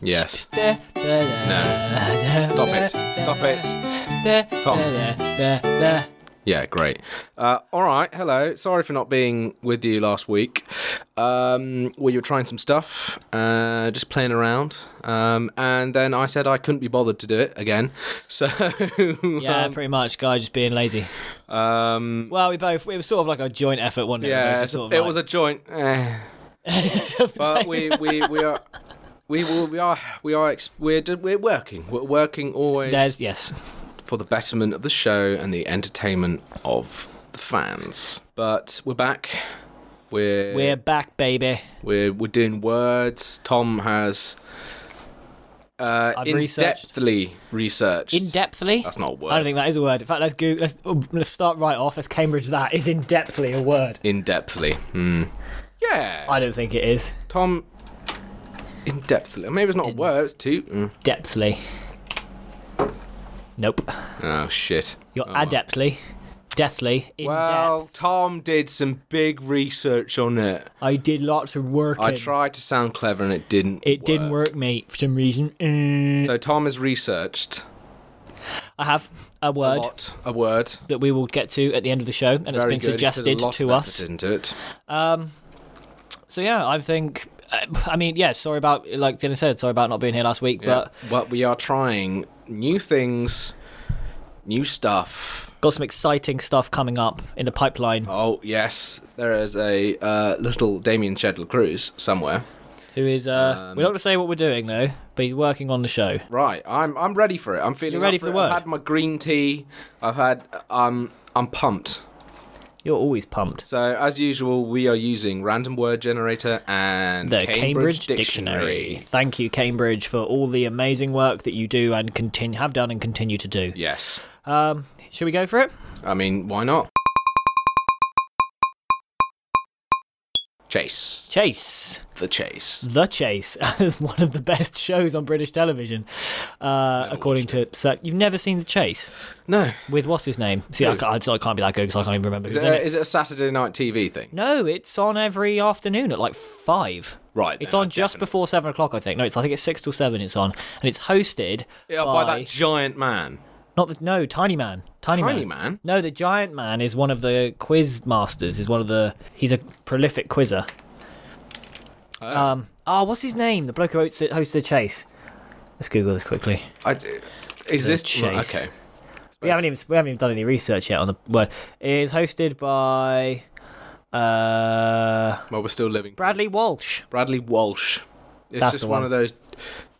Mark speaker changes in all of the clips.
Speaker 1: Yes.
Speaker 2: No.
Speaker 1: Stop it. Stop it. Tom. Yeah, great. Uh, all right. Hello. Sorry for not being with you last week. Um, we were trying some stuff, uh, just playing around. Um, and then I said I couldn't be bothered to do it again. So,
Speaker 2: Yeah, pretty much. Guy just being lazy.
Speaker 1: um,
Speaker 2: Well, we both. It was sort of like a joint effort, wasn't it?
Speaker 1: yeah,
Speaker 2: it
Speaker 1: it's- it was a joint. eh.
Speaker 2: a.
Speaker 1: but we, we, we are. We, will- we are we are ex- we're d- we're working we're working always
Speaker 2: There's yes.
Speaker 1: for the betterment of the show and the entertainment of the fans. But we're back. We're
Speaker 2: We're back, baby.
Speaker 1: we're, we're doing words. Tom has uh,
Speaker 2: I've
Speaker 1: in
Speaker 2: researched.
Speaker 1: depthly researched.
Speaker 2: In depthly.
Speaker 1: That's not a word.
Speaker 2: I don't think that is a word. In fact, let's Google. Let's, oh, let's start right off. Let's Cambridge that. Is in depthly a word?
Speaker 1: in depthly. Hmm. Yeah.
Speaker 2: I don't think it is.
Speaker 1: Tom. In depthly. Maybe it's not a word. It's two. Mm.
Speaker 2: Depthly. Nope.
Speaker 1: Oh shit.
Speaker 2: You're
Speaker 1: Oh, well.
Speaker 2: adeptly, deathly, in
Speaker 1: Well,
Speaker 2: depth.
Speaker 1: Tom did some big research on it.
Speaker 2: I did lots of work.
Speaker 1: I tried to sound clever and it didn't.
Speaker 2: It didn't work, mate, for some reason. Eh.
Speaker 1: So Tom has researched
Speaker 2: I have a word
Speaker 1: a lot. A word.
Speaker 2: that we will get to at the end of the show, and it's
Speaker 1: Very
Speaker 2: been
Speaker 1: good. He's put a
Speaker 2: suggested
Speaker 1: lot
Speaker 2: to
Speaker 1: of
Speaker 2: us.
Speaker 1: effort into it.
Speaker 2: Um, so yeah, I think. I- I mean, yeah. Sorry about like Dylan said. Sorry about not being here last week,
Speaker 1: But
Speaker 2: but
Speaker 1: but we are trying new things, new stuff.
Speaker 2: got some exciting stuff coming up in the pipeline.
Speaker 1: Oh yes, there is a uh, little Damien Chedle cruise somewhere.
Speaker 2: Who is? Uh, we're
Speaker 1: um,
Speaker 2: not going to say what we're doing though, but he's working on the show.
Speaker 1: Right, I'm I'm ready for it. I'm feeling
Speaker 2: You're ready
Speaker 1: up
Speaker 2: for the
Speaker 1: it.
Speaker 2: word?
Speaker 1: I've had my green tea. I've had um I'm pumped.
Speaker 2: You're always pumped.
Speaker 1: So as usual, we are using random word generator and
Speaker 2: The Cambridge, Dictionary. Thank you, Cambridge, for all the amazing work that you do and continue have done and continue to do.
Speaker 1: Yes,
Speaker 2: Um, should we go for it?
Speaker 1: I mean why not? Chase
Speaker 2: Chase.
Speaker 1: the chase.
Speaker 2: The Chase, one of the best shows on British television, uh, according to Sir. You've never seen The Chase
Speaker 1: No,
Speaker 2: with what's his name? See, I
Speaker 1: Who?
Speaker 2: can't, I can't be that good because I can't even remember.
Speaker 1: Is
Speaker 2: who's
Speaker 1: it,
Speaker 2: in
Speaker 1: a,
Speaker 2: it.
Speaker 1: is it a Saturday night TV thing?
Speaker 2: No, it's on every afternoon at like five.
Speaker 1: Right.
Speaker 2: It's
Speaker 1: then,
Speaker 2: on just
Speaker 1: definitely.
Speaker 2: before seven o'clock, I think. No, it's I think it's six till seven. It's on, and it's hosted
Speaker 1: Yeah, by,
Speaker 2: by,
Speaker 1: that giant man.
Speaker 2: not the no Tiny Man. Tiny,
Speaker 1: Tiny
Speaker 2: man.
Speaker 1: man.
Speaker 2: No, the Giant Man is one of the quiz masters. Is one of the he's a prolific quizzer. Um. Oh, what's his name? The bloke who hosts, hosts the chase. Let's Google this quickly.
Speaker 1: I, is this
Speaker 2: chase.
Speaker 1: okay?
Speaker 2: We haven't even we haven't even done any research yet on the word. It is hosted by uh,
Speaker 1: Well, we're still living.
Speaker 2: Bradley Walsh.
Speaker 1: Bradley Walsh. It's
Speaker 2: That's
Speaker 1: just
Speaker 2: the
Speaker 1: one.
Speaker 2: one.
Speaker 1: of those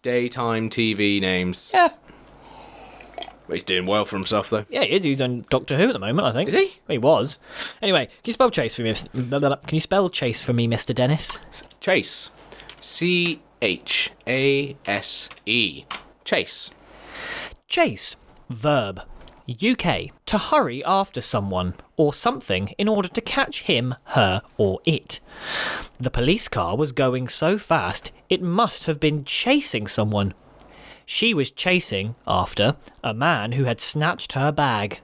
Speaker 1: daytime TV names.
Speaker 2: Yeah,
Speaker 1: Well, he's doing well for himself though.
Speaker 2: yeah, he is. He's on Doctor Who at the moment, I think.
Speaker 1: Is he?
Speaker 2: He was. Anyway, can you spell chase for me? Miss- blah, blah, blah. Can you spell chase for me, Mister Dennis?
Speaker 1: Chase. C H A S E. Chase.
Speaker 2: Chase, verb. UK, to hurry after someone or something in order to catch him, her, or it. The police car was going so fast it must have been chasing someone. She was chasing, after, a man who had snatched her bag.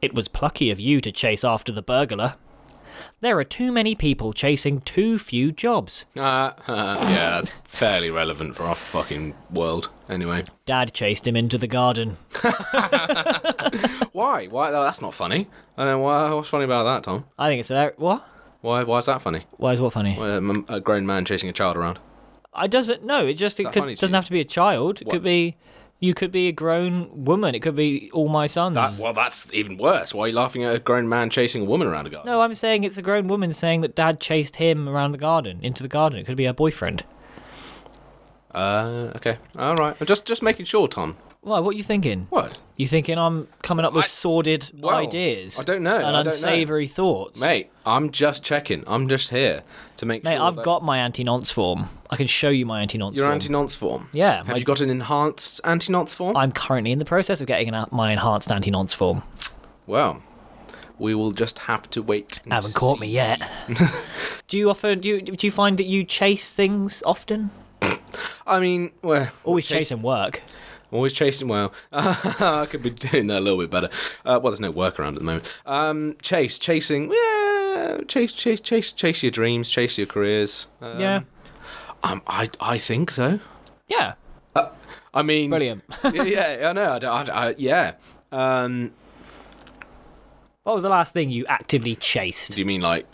Speaker 2: It was plucky of you to chase after the burglar. There are too many people chasing too few jobs.
Speaker 1: Uh, yeah, that's fairly relevant for our fucking world. Anyway,
Speaker 2: Dad chased him into the garden.
Speaker 1: why? Why? oh, that's not funny. I don't know why. What's funny about that, Tom?
Speaker 2: I think it's hilarious. What?
Speaker 1: Why? Why is that funny?
Speaker 2: Why is what funny?
Speaker 1: Well, um, um, a grown man chasing a child around.
Speaker 2: I doesn't know. It just it
Speaker 1: that
Speaker 2: could,
Speaker 1: funny to
Speaker 2: doesn't
Speaker 1: you?
Speaker 2: have to be a child. It
Speaker 1: What?
Speaker 2: could be you could be a grown woman. It could be all my sons.
Speaker 1: That, Uh, well, that's even worse. Why are you laughing at a grown man chasing a woman around a garden?
Speaker 2: no, I'm saying it's a grown woman saying that dad chased him around the garden into the garden. It could be her boyfriend.
Speaker 1: Uh, okay. All right. I'm just just making sure, Tom.
Speaker 2: Why? What are you thinking?
Speaker 1: What?
Speaker 2: You thinking I'm coming up with sordid
Speaker 1: well,
Speaker 2: ideas?
Speaker 1: I don't know, I
Speaker 2: And
Speaker 1: don't know.
Speaker 2: unsavory thoughts.
Speaker 1: Mate, I'm just checking. I'm just here to make
Speaker 2: Mate,
Speaker 1: sure.
Speaker 2: I've
Speaker 1: that-
Speaker 2: got my anti-nonce form. I can show you my anti-nonce
Speaker 1: your
Speaker 2: form.
Speaker 1: anti-nonce form.
Speaker 2: Yeah,
Speaker 1: Have
Speaker 2: my-
Speaker 1: you got an enhanced anti-nonce form?
Speaker 2: I'm currently in the process of getting an, my enhanced anti-nonce form.
Speaker 1: well, we will just have to wait. and
Speaker 2: Haven't caught me
Speaker 1: see.
Speaker 2: yet. do you often do you, do you find that you chase things often?
Speaker 1: I mean, well,
Speaker 2: Always chasing work.
Speaker 1: I'm always chasing. Well, I could be doing that a little bit better. Uh, well, there's no work around at the moment. Um, chase, chasing. Yeah, chase, chase, chase, chase your dreams, chase your careers. Uh, Um,
Speaker 2: yeah.
Speaker 1: Um, I I think so.
Speaker 2: Yeah.
Speaker 1: I mean,
Speaker 2: Brilliant.
Speaker 1: yeah, yeah, I know. I, don't- I, I, yeah. Um,
Speaker 2: What was the last thing you actively chased?
Speaker 1: do you mean like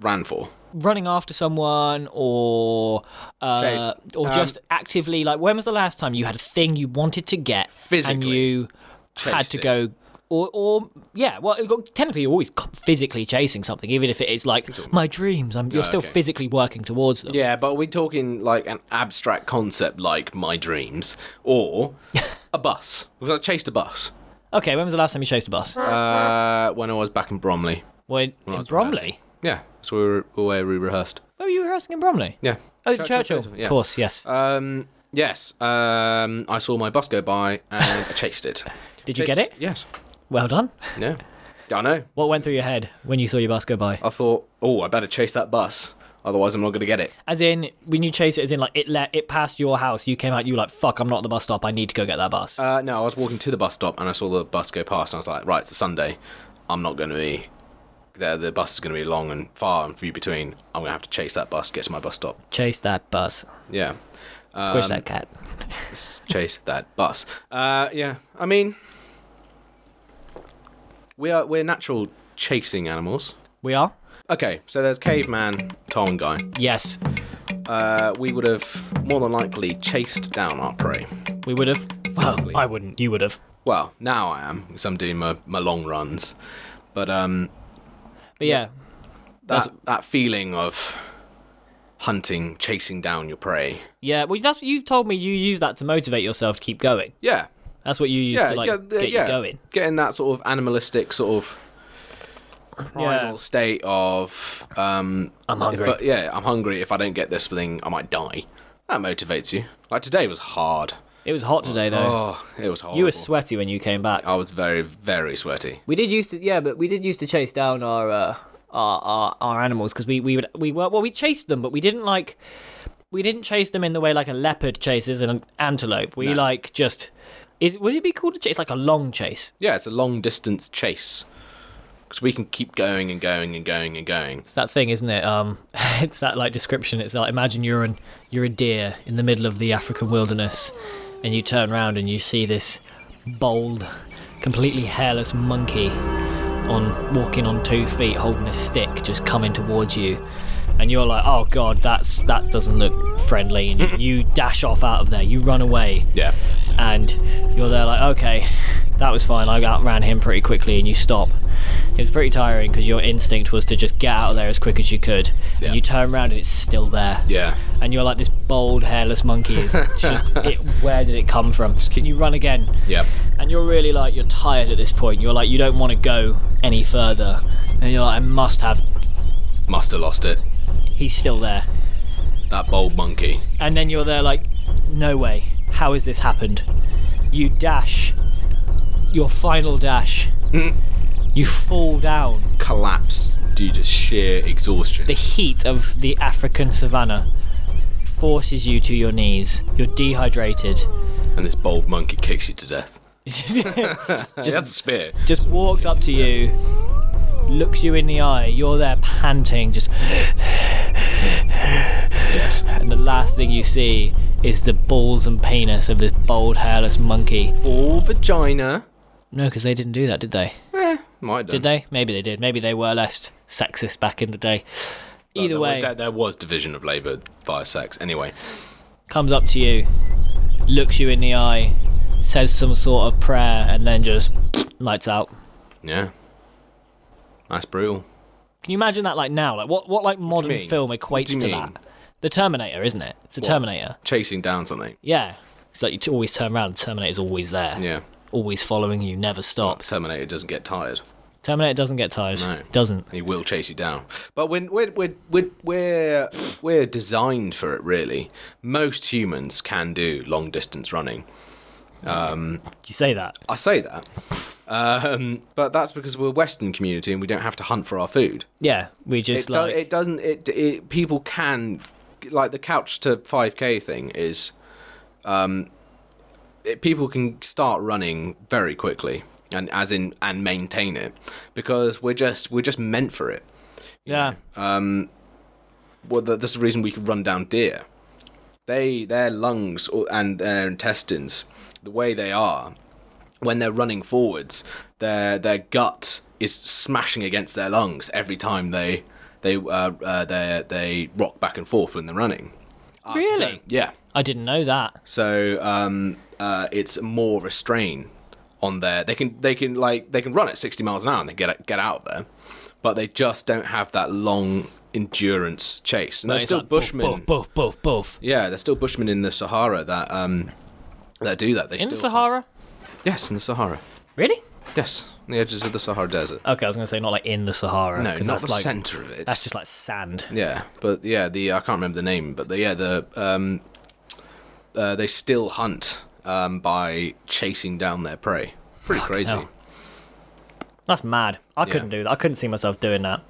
Speaker 1: ran for?
Speaker 2: Running after someone or uh,
Speaker 1: Chase.
Speaker 2: or
Speaker 1: Um,
Speaker 2: just actively like when was the last time you had a thing you wanted to get and
Speaker 1: Physically
Speaker 2: you had
Speaker 1: chased
Speaker 2: to
Speaker 1: it.
Speaker 2: go or, or yeah, well, you got- technically you're always co- physically chasing something, even if it is like my dreams. I'm, you're
Speaker 1: Oh,
Speaker 2: still
Speaker 1: okay.
Speaker 2: physically working towards them.
Speaker 1: Yeah, but are we talking like an abstract concept like my dreams or a bus? Because I chased a bus
Speaker 2: Okay, when was the last time you chased a bus?
Speaker 1: uh, when I was back in Bromley.
Speaker 2: when,
Speaker 1: I
Speaker 2: in
Speaker 1: was
Speaker 2: Bromley.
Speaker 1: rehearsing. Yeah, that's where we, were, where we rehearsed.
Speaker 2: Oh, you were rehearsing in Bromley.
Speaker 1: Yeah.
Speaker 2: Oh, Churchill,
Speaker 1: yeah.
Speaker 2: of course, yes.
Speaker 1: Um, yes, um, I saw my bus go by and I chased it.
Speaker 2: Did you get
Speaker 1: Chased-
Speaker 2: it?
Speaker 1: Yes.
Speaker 2: Well done.
Speaker 1: Yeah. I know.
Speaker 2: What went through your head when you saw your bus go by?
Speaker 1: I thought, oh, I better chase that bus, otherwise I'm not going to get it.
Speaker 2: As in, when you chase it, as in like it let it passed your house, you came out, you were like, "Fuck, I'm not at the bus stop. I need to go get that bus."
Speaker 1: Uh, no, I was walking to the bus stop and I saw the bus go past, and I was like, right, it's a Sunday. I'm not going to be there. The bus is going to be long and far and few between. I'm going to have to chase that bus to get to my bus stop.
Speaker 2: chase that bus,
Speaker 1: Yeah.
Speaker 2: squish
Speaker 1: um,
Speaker 2: that cat.
Speaker 1: S- chase that bus. Uh, yeah. I mean, we are we're natural chasing animals.
Speaker 2: We are.
Speaker 1: Okay, so there's caveman, Tong guy.
Speaker 2: Yes,
Speaker 1: Uh, we would have more than likely chased down our prey.
Speaker 2: we would have. Well,
Speaker 1: Physically.
Speaker 2: I wouldn't. You would have.
Speaker 1: Well, now I am because I'm doing my, my long runs, but um,
Speaker 2: But yeah,
Speaker 1: that that feeling of hunting, chasing down your prey.
Speaker 2: yeah. Well, that's what you've told me. You use that to motivate yourself to keep going.
Speaker 1: Yeah,
Speaker 2: That's what you use
Speaker 1: yeah,
Speaker 2: to like
Speaker 1: yeah, the-
Speaker 2: get
Speaker 1: yeah.
Speaker 2: you going.
Speaker 1: Getting that sort of animalistic sort of primal
Speaker 2: Yeah.
Speaker 1: state of um,
Speaker 2: I'm
Speaker 1: if
Speaker 2: hungry.
Speaker 1: I- yeah, I'm hungry. If I don't get this thing, I might die. That motivates you. Like today was hard.
Speaker 2: It was hot today though.
Speaker 1: Oh, it was horrible.
Speaker 2: you were sweaty when you came back.
Speaker 1: I was very, very sweaty.
Speaker 2: We did used to, yeah, but we did used to chase down our uh, our, our our animals because we we would we were well we chased them, but we didn't like we didn't chase them in the way like a leopard chases an antelope. We
Speaker 1: No.
Speaker 2: like just is would it be called a chase? Like a long chase.
Speaker 1: Yeah, it's a long distance chase because we can keep going and going and going and going.
Speaker 2: It's that thing, isn't it? Um, it's that like description. It's like imagine you're an you're a deer in the middle of the African wilderness, and you turn around and you see this bold, completely hairless monkey on walking on two feet, holding a stick, just coming towards you, and you're like, oh god, that's that doesn't look friendly, and you, you dash off out of there, you run away,
Speaker 1: Yeah.
Speaker 2: and you're there like, okay, that was fine. I outran him pretty quickly, and you stop. It was pretty tiring because your instinct was to just get out of there as quick as you could.
Speaker 1: Yeah.
Speaker 2: And you turn around and it's still there.
Speaker 1: Yeah.
Speaker 2: And you're like this bold, hairless monkey. Is just, it, where did it come from? Can you run again?
Speaker 1: Yeah.
Speaker 2: And you're really like you're tired at this point. You're like you don't want to go any further. And you're like I must have.
Speaker 1: Must have lost it.
Speaker 2: He's still there.
Speaker 1: That bold monkey.
Speaker 2: and then you're there like no way how has this happened you dash your final dash you fall down
Speaker 1: Collapse due to sheer exhaustion.
Speaker 2: the heat of the african savannah forces you to your knees you're dehydrated
Speaker 1: And this bold monkey kicks you to death.
Speaker 2: Just-
Speaker 1: a spear.
Speaker 2: just walks up to you looks you in the eye you're there panting just
Speaker 1: Yes.
Speaker 2: and the last thing you see is the balls and penis of this bald hairless monkey
Speaker 1: Or vagina.
Speaker 2: no because they didn't do that did they
Speaker 1: Eh, might
Speaker 2: Did they? Maybe they did. Maybe they were less sexist back in the day. Either way,
Speaker 1: there, there was division of labour via sex. Anyway.
Speaker 2: comes up to you, looks you in the eye, says some sort of prayer, and then just lights out.
Speaker 1: Yeah. That's brutal.
Speaker 2: Can you imagine that like now? Like what? What like modern
Speaker 1: mean?
Speaker 2: film
Speaker 1: What do
Speaker 2: equates
Speaker 1: you
Speaker 2: to
Speaker 1: mean?
Speaker 2: that? The Terminator, isn't it? It's the Terminator.
Speaker 1: Chasing down something.
Speaker 2: Yeah. It's like you t- always turn around. Terminator's always there.
Speaker 1: Yeah.
Speaker 2: Always following you. Never stops.
Speaker 1: Terminator doesn't get tired.
Speaker 2: Terminator doesn't get tired.
Speaker 1: No.
Speaker 2: Doesn't.
Speaker 1: He will chase you down. But when we're we're we're we're, we're designed for it, really. Most humans can do long distance running.
Speaker 2: You say that.
Speaker 1: I say that, um, but that's because we're a Western community and we don't have to hunt for our food.
Speaker 2: Yeah. We
Speaker 1: It,
Speaker 2: just
Speaker 1: do,
Speaker 2: like.
Speaker 1: it doesn't. It, it people can like the couch to five k thing is, um, it, people can start running very quickly and as in and maintain it because we're just we're just meant for it.
Speaker 2: yeah.
Speaker 1: Well, th- that's the reason we could run down deer. they their lungs or- and their intestines, the way they are, when they're running forwards, their their gut is smashing against their lungs every time they they uh, uh, they they rock back and forth when they're running. Ours
Speaker 2: Really?
Speaker 1: don't. Yeah.
Speaker 2: I didn't know that.
Speaker 1: So um, uh, it's more of a strain on their. They can they can like they can run at sixty miles an hour and they get get out of there, but they just don't have that long endurance chase. And they're
Speaker 2: It's
Speaker 1: still
Speaker 2: like boof,
Speaker 1: bushmen.
Speaker 2: Boof, boof, boof, boof.
Speaker 1: Yeah, they're still bushmen in the Sahara that um that do that. They
Speaker 2: In
Speaker 1: still
Speaker 2: the Sahara?
Speaker 1: Yes, in the Sahara.
Speaker 2: Really?
Speaker 1: Yes, on the edges of the Sahara Desert.
Speaker 2: Okay, I was going to say not like in the Sahara.
Speaker 1: No,
Speaker 2: Uh, 'cause
Speaker 1: not
Speaker 2: that's
Speaker 1: the
Speaker 2: like,
Speaker 1: center of it.
Speaker 2: That's just like sand.
Speaker 1: Yeah, but yeah, the I can't remember the name, but the, yeah, the um, uh, they still hunt um, by chasing down their prey. Pretty crazy.
Speaker 2: hell. That's mad. I couldn't do that. I couldn't see myself doing that.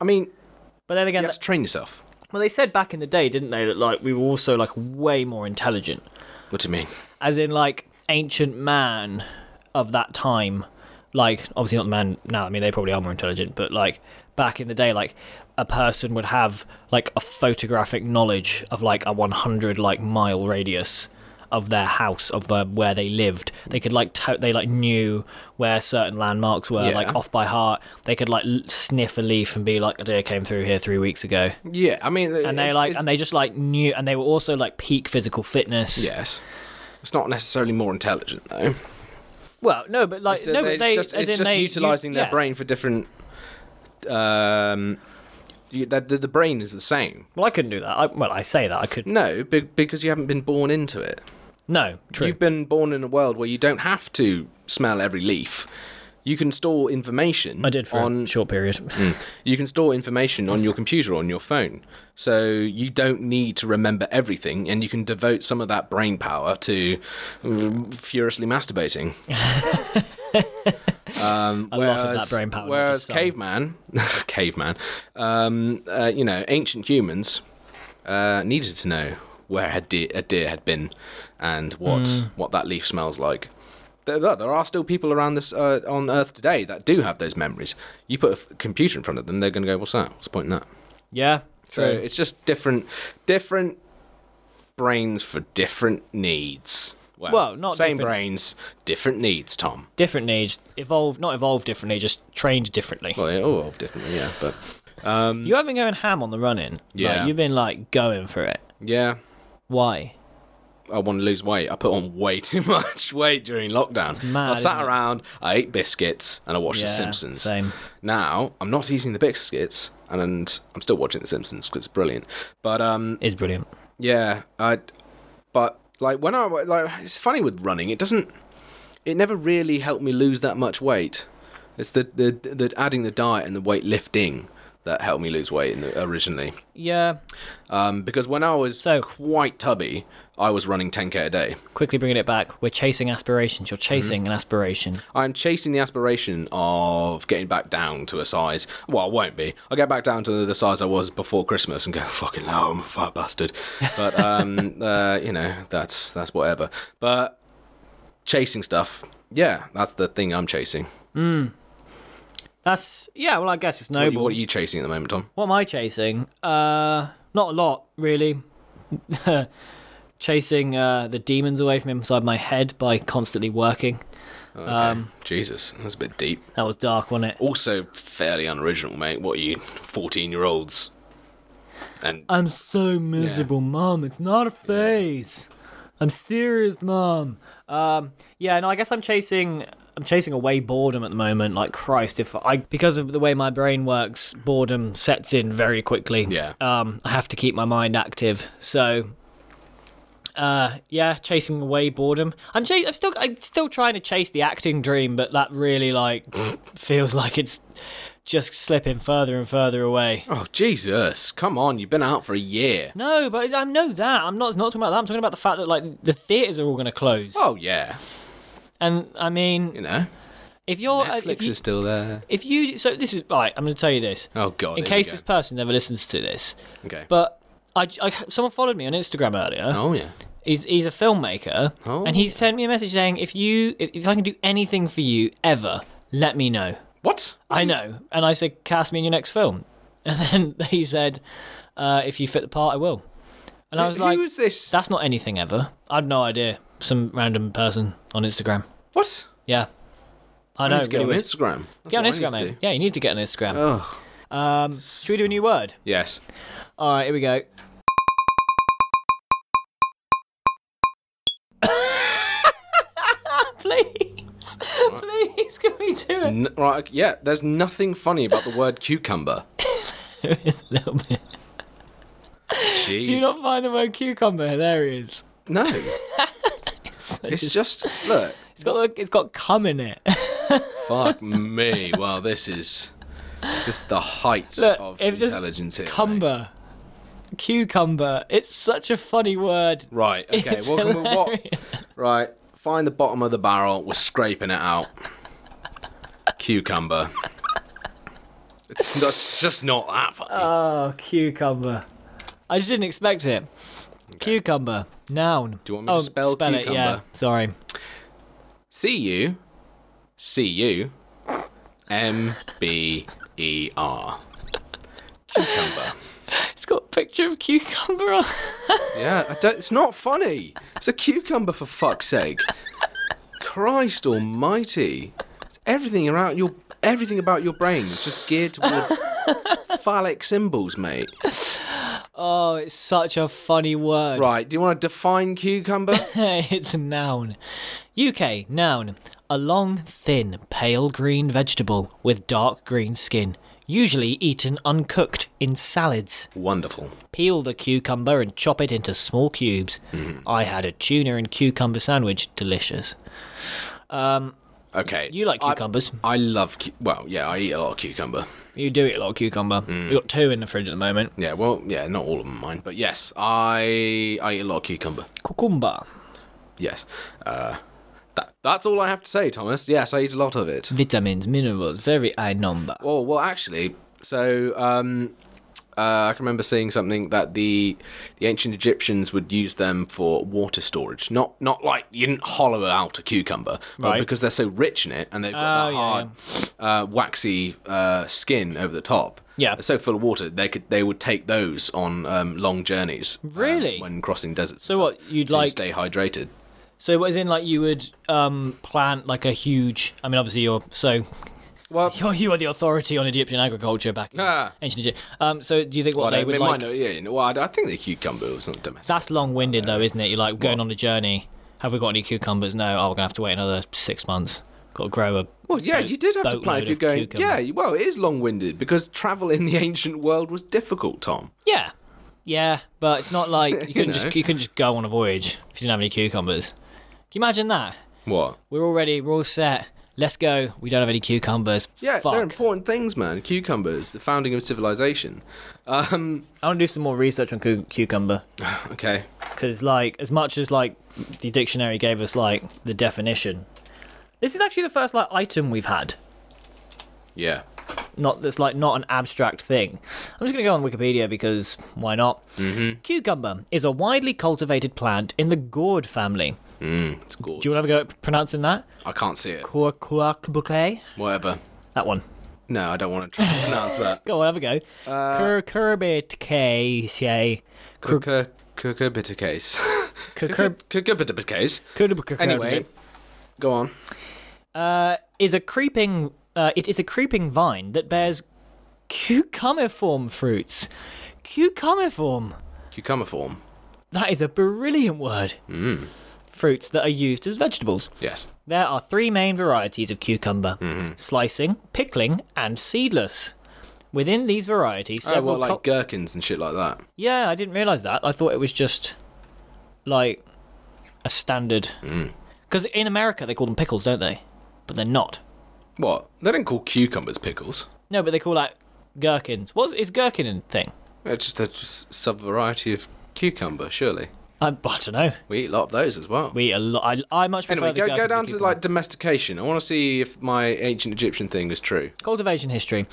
Speaker 1: I mean,
Speaker 2: But then again,
Speaker 1: you have to train yourself.
Speaker 2: well, they said back in the day, didn't they, that like we were also like way more intelligent,
Speaker 1: What do you mean?
Speaker 2: as in like ancient man of that time. Like obviously not the man now. I mean, they probably are more intelligent, but like back in the day, like a person would have like a photographic knowledge of like a 100 like mile radius of their house of the, where they lived they could like to- they like knew where certain landmarks were
Speaker 1: Yeah.
Speaker 2: like off by heart they could like l- sniff a leaf and be like a deer came through here three weeks ago
Speaker 1: Yeah, I mean,
Speaker 2: and they like and they just like knew and they were also like peak physical fitness
Speaker 1: yes. It's not necessarily more intelligent though.
Speaker 2: well no but like no but
Speaker 1: it's
Speaker 2: they
Speaker 1: just,
Speaker 2: as
Speaker 1: it's
Speaker 2: in
Speaker 1: just
Speaker 2: they
Speaker 1: utilizing
Speaker 2: you-
Speaker 1: their
Speaker 2: yeah.
Speaker 1: brain for different. Um, you, that the, the brain is the same.
Speaker 2: well i couldn't do that I, well i say that i could
Speaker 1: No, be, because you haven't been born into it.
Speaker 2: no true
Speaker 1: You've been born in a world where you don't have to smell every leaf. You can store information.
Speaker 2: i did for
Speaker 1: on. Hmm.
Speaker 2: a short period
Speaker 1: You can store information on your computer or on your phone, so you don't need to remember everything, and you can devote some of that brain power to mm, furiously masturbating. um,
Speaker 2: A lot of that brain power, not
Speaker 1: Whereas
Speaker 2: just some.
Speaker 1: caveman, caveman, um, uh, you know, ancient humans uh, needed to know where a deer, a deer had been and what
Speaker 2: Hmm.
Speaker 1: what that leaf smells like. There, look, there are still people around this uh, on Earth today that do have those memories. You put a f- computer in front of them, they're going to go, "What's that? What's the point in that?"
Speaker 2: yeah
Speaker 1: So
Speaker 2: true
Speaker 1: it's just different, different brains for different needs. Well,
Speaker 2: Well, not
Speaker 1: same
Speaker 2: different-
Speaker 1: brains, different needs, Tom.
Speaker 2: different needs evolved not evolved differently just trained differently
Speaker 1: Well, yeah, all differently, yeah, but
Speaker 2: you haven't been going ham on the run-in
Speaker 1: Yeah.
Speaker 2: like, you've been like going for it
Speaker 1: yeah.
Speaker 2: why
Speaker 1: I want to lose weight. I put on way too much weight during lockdown.
Speaker 2: mad,
Speaker 1: I sat
Speaker 2: isn't it?
Speaker 1: around, I ate biscuits, and I watched The
Speaker 2: Yeah,
Speaker 1: Simpsons.
Speaker 2: same.
Speaker 1: Now I'm not eating the biscuits, and I'm still watching The Simpsons because it's brilliant. But um,
Speaker 2: is brilliant
Speaker 1: yeah, I. But like when I like, it's funny with running. It doesn't. It never really helped me lose that much weight. It's the the, the adding the diet and the weight lifting that helped me lose weight in the, originally.
Speaker 2: yeah
Speaker 1: Um, because when I was
Speaker 2: So-
Speaker 1: quite tubby, I was running 10k a day.
Speaker 2: quickly bringing it back we're chasing aspirations you're
Speaker 1: Mm-hmm.
Speaker 2: chasing an aspiration
Speaker 1: I'm chasing the aspiration of getting back down to a size. Well, I won't be. I'll get back down to the size I was before Christmas and go fucking low. I'm a fat bastard. But um, uh, you know, that's that's whatever. But chasing stuff, yeah, that's the thing I'm chasing.
Speaker 2: that's yeah well i guess it's
Speaker 1: What are, you,
Speaker 2: noble
Speaker 1: what are you chasing at the moment, Tom?
Speaker 2: What am I chasing? Uh, not a lot, really. chasing uh, the demons away from inside my head by constantly working.
Speaker 1: Okay. Jesus, that's a bit deep.
Speaker 2: That was dark, wasn't it?
Speaker 1: Also, fairly unoriginal, mate. What are you, 14 year olds? And
Speaker 2: I'm so miserable, mom. It's not a phase. I'm serious, mom. Um, yeah, no, I guess I'm chasing. I'm chasing away boredom at the moment. Like Christ, if I because of the way my brain works, boredom sets in very quickly.
Speaker 1: Yeah.
Speaker 2: Um, I have to keep my mind active. So uh, yeah, chasing away boredom. I'm, chas- I'm still, I'm still trying to chase the acting dream, but that really like feels like it's just slipping further and further away.
Speaker 1: oh Jesus, come on! You've been out for a year.
Speaker 2: No, but I know that. I'm not. It's not talking about that. I'm talking about the fact that like the theaters are all going to close.
Speaker 1: Oh yeah,
Speaker 2: And I mean,
Speaker 1: you know.
Speaker 2: if you're uh,
Speaker 1: Netflix
Speaker 2: if you,
Speaker 1: is still there.
Speaker 2: if you so this is right. I'm going to tell you this
Speaker 1: Oh god.
Speaker 2: in
Speaker 1: here we
Speaker 2: case
Speaker 1: go.
Speaker 2: this person never listens to this.
Speaker 1: Okay.
Speaker 2: But I, I someone followed me on Instagram earlier.
Speaker 1: oh yeah.
Speaker 2: He's he's a filmmaker,
Speaker 1: Oh.
Speaker 2: and he sent me a message saying, "If you if, if I can do anything for you ever, let me know."
Speaker 1: What?
Speaker 2: I know, and I said, "Cast me in your next film," and then he said, uh, "If you fit the part, I will." And I was like,
Speaker 1: Who's this?
Speaker 2: that's not anything ever. I'd no idea. Some random person on Instagram.
Speaker 1: What?
Speaker 2: Yeah. I know.
Speaker 1: need to get
Speaker 2: really
Speaker 1: on
Speaker 2: weird.
Speaker 1: Instagram. That's
Speaker 2: Get on
Speaker 1: what I need
Speaker 2: Instagram,
Speaker 1: to
Speaker 2: mate.
Speaker 1: do. Uh,
Speaker 2: Yeah, you need to get on Instagram.
Speaker 1: Ugh.
Speaker 2: Um, should we do a new word?
Speaker 1: Yes.
Speaker 2: All right, here we go. please, please, can we do
Speaker 1: N- right. Yeah. There's nothing funny about the word cucumber.
Speaker 2: it? a little bit.
Speaker 1: Gee.
Speaker 2: Do you not find the word cucumber hilarious?
Speaker 1: no. it's just look.
Speaker 2: It's got like, it's got cum in it.
Speaker 1: Fuck me. Well, this is this is the height
Speaker 2: Look,
Speaker 1: of
Speaker 2: if just
Speaker 1: intelligence here. mate.
Speaker 2: Cumber, cucumber. It's such a funny word.
Speaker 1: Right. Okay.
Speaker 2: It's
Speaker 1: Well, can we- what? Right. Find the bottom of the barrel. We're scraping it out. Cucumber. It's, not, it's just not that funny.
Speaker 2: Oh, cucumber. I just didn't expect it. Cucumber, noun. Oh,
Speaker 1: Do you want me to spell
Speaker 2: It, yeah,
Speaker 1: cucumber?
Speaker 2: sorry.
Speaker 1: C U C U M B E R. Cucumber.
Speaker 2: It's got a picture of cucumber on.
Speaker 1: Yeah, I don't, it's not funny. It's a cucumber for fuck's sake. Christ Almighty! It's everything around your everything about your brain is just geared towards phallic symbols, mate.
Speaker 2: Oh, it's such a funny word.
Speaker 1: Right? Do you want to define cucumber?
Speaker 2: it's a noun. UK noun. A long, thin, pale green vegetable with dark green skin, usually eaten uncooked in salads.
Speaker 1: Wonderful.
Speaker 2: Peel the cucumber and chop it into small cubes.
Speaker 1: Hmm.
Speaker 2: I had a tuna and cucumber sandwich, delicious.
Speaker 1: Okay.
Speaker 2: You like
Speaker 1: I-
Speaker 2: cucumbers?
Speaker 1: I, love. Cu- well, yeah, I eat a lot of cucumber.
Speaker 2: You do eat a lot of cucumber.
Speaker 1: Mm.
Speaker 2: We've got two in the fridge at the moment.
Speaker 1: Yeah. Well, yeah, not all of them mine, but yes, I I eat a lot of cucumber.
Speaker 2: Cucumber.
Speaker 1: Yes. Uh, that that's all I have to say, Thomas. Yes, I eat a lot of it.
Speaker 2: Vitamins, minerals, very high number.
Speaker 1: Oh well, actually, so um, uh, I can remember seeing something that the the ancient Egyptians would use them for water storage. Not not like you didn't hollow out a cucumber, but
Speaker 2: Right.
Speaker 1: because they're so rich in it and they've got
Speaker 2: Oh,
Speaker 1: that
Speaker 2: yeah,
Speaker 1: hard, Uh, waxy uh, skin over the top.
Speaker 2: Yeah.
Speaker 1: so full of water, they could they would take those on um, long journeys. um,
Speaker 2: Really?
Speaker 1: when crossing deserts. and
Speaker 2: So what,
Speaker 1: stuff,
Speaker 2: you'd
Speaker 1: to
Speaker 2: like-
Speaker 1: stay hydrated?
Speaker 2: So, as in, like, you would um, plant like a huge. I mean, obviously, you're so.
Speaker 1: Well.
Speaker 2: You're, you are the authority on Egyptian agriculture back in
Speaker 1: Ah.
Speaker 2: ancient Egypt. Um, so, do you think what
Speaker 1: I
Speaker 2: they
Speaker 1: don't-
Speaker 2: would
Speaker 1: it
Speaker 2: like?
Speaker 1: might not- yeah, you know, well, I, I think the cucumber was not domestic.
Speaker 2: That's long-winded,
Speaker 1: Uh,
Speaker 2: though, isn't it? You're like going on a journey. Have we got any cucumbers? No. Oh, we're gonna have to wait another six months. Got to grow a.
Speaker 1: Well, yeah, you did have to
Speaker 2: boatload
Speaker 1: plan if you're
Speaker 2: of
Speaker 1: going.
Speaker 2: cucumber.
Speaker 1: Yeah, you- well, it is long-winded because travel in the ancient world was difficult, Tom.
Speaker 2: Yeah, yeah, but it's not like you couldn't
Speaker 1: know.
Speaker 2: just you couldn't just go on a voyage if you didn't have any cucumbers. Can you imagine that?
Speaker 1: What?
Speaker 2: We're all ready. We're all set. Let's go. We don't have any cucumbers.
Speaker 1: Yeah,
Speaker 2: Fuck.
Speaker 1: they're important things, man. Cucumbers, the founding of civilization. Um,
Speaker 2: I want to do some more research on cu- cucumber.
Speaker 1: okay.
Speaker 2: because like as much as like the dictionary gave us like the definition this is actually the first like item we've had
Speaker 1: Yeah.
Speaker 2: not that's like not an abstract thing i'm just going to go on wikipedia because why not mm-hmm. cucumber is a widely cultivated plant in the gourd family
Speaker 1: Mm, It's gorgeous.
Speaker 2: do you want to have a go at pronouncing that
Speaker 1: I can't see it.
Speaker 2: Curcuaceae?
Speaker 1: Whatever.
Speaker 2: that one
Speaker 1: No, I don't want to try and pronounce that.
Speaker 2: go on have a go Curcurbitaceae. Cur-
Speaker 1: Cucur- Cucurbitacase.
Speaker 2: cur- cur-
Speaker 1: Cucurbitacase.
Speaker 2: cucurbitacea.
Speaker 1: Anyway, go on.
Speaker 2: uh, is a creeping. Uh, it is a creeping vine that bears cucumbiform fruits. Cucumbiform.
Speaker 1: Cucumberform.
Speaker 2: That is a brilliant word.
Speaker 1: Mm.
Speaker 2: Fruits that are used as vegetables.
Speaker 1: Yes.
Speaker 2: There are three main varieties of cucumber:
Speaker 1: Mm-hmm.
Speaker 2: slicing, pickling, and seedless. Within these varieties,
Speaker 1: Oh,
Speaker 2: several
Speaker 1: well, like
Speaker 2: cul-
Speaker 1: gherkins and shit like that.
Speaker 2: yeah, I didn't realize that. I thought it was just like a standard.
Speaker 1: Mm.
Speaker 2: Because in America they call them pickles, don't they? But they're not.
Speaker 1: What? They don't call cucumbers pickles.
Speaker 2: No, but they call that gherkins. What is gherkin a thing?
Speaker 1: It's just a s- sub-variety of cucumber, surely.
Speaker 2: I, I don't know.
Speaker 1: We eat a lot of those as well.
Speaker 2: We a lot. I, I much prefer
Speaker 1: anyway,
Speaker 2: the
Speaker 1: go,
Speaker 2: gherkin
Speaker 1: go down to
Speaker 2: cucumber.
Speaker 1: like domestication. I want to see if my ancient Egyptian thing is true.
Speaker 2: cultivation history.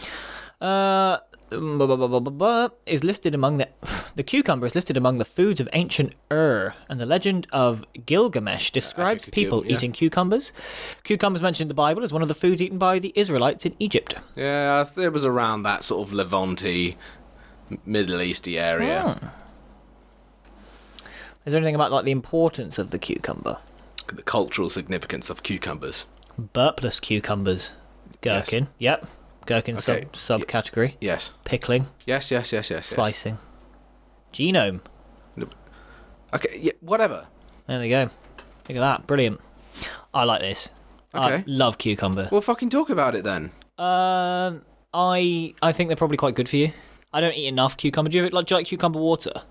Speaker 2: Uh, blah, blah, blah, blah, blah, blah, is listed among the the cucumber is listed among the foods of ancient Ur, and the legend of Gilgamesh describes
Speaker 1: Epic of
Speaker 2: people
Speaker 1: Gil- yeah.
Speaker 2: eating cucumbers. Cucumbers mentioned in the Bible as one of the foods eaten by the Israelites in Egypt.
Speaker 1: Yeah, I th- it was around
Speaker 2: Ah.
Speaker 1: that sort of Levante, M- Middle Easty area.
Speaker 2: Hmm. Is there anything about like the importance of the cucumber?
Speaker 1: The cultural significance of cucumbers.
Speaker 2: Burpless cucumbers. Gherkin. Yep. Gherkin
Speaker 1: Okay.
Speaker 2: sub subcategory.
Speaker 1: Yes.
Speaker 2: Pickling.
Speaker 1: Yes, yes, yes, yes. yes.
Speaker 2: Slicing. Genome.
Speaker 1: Okay, yeah, whatever.
Speaker 2: There we go. Look at that. Brilliant. I like this. I
Speaker 1: Okay.
Speaker 2: love cucumber.
Speaker 1: We'll fucking talk about it then.
Speaker 2: Um, I I think they're probably quite good for you. I don't eat enough cucumber. Do you, ever- like, do you like cucumber water?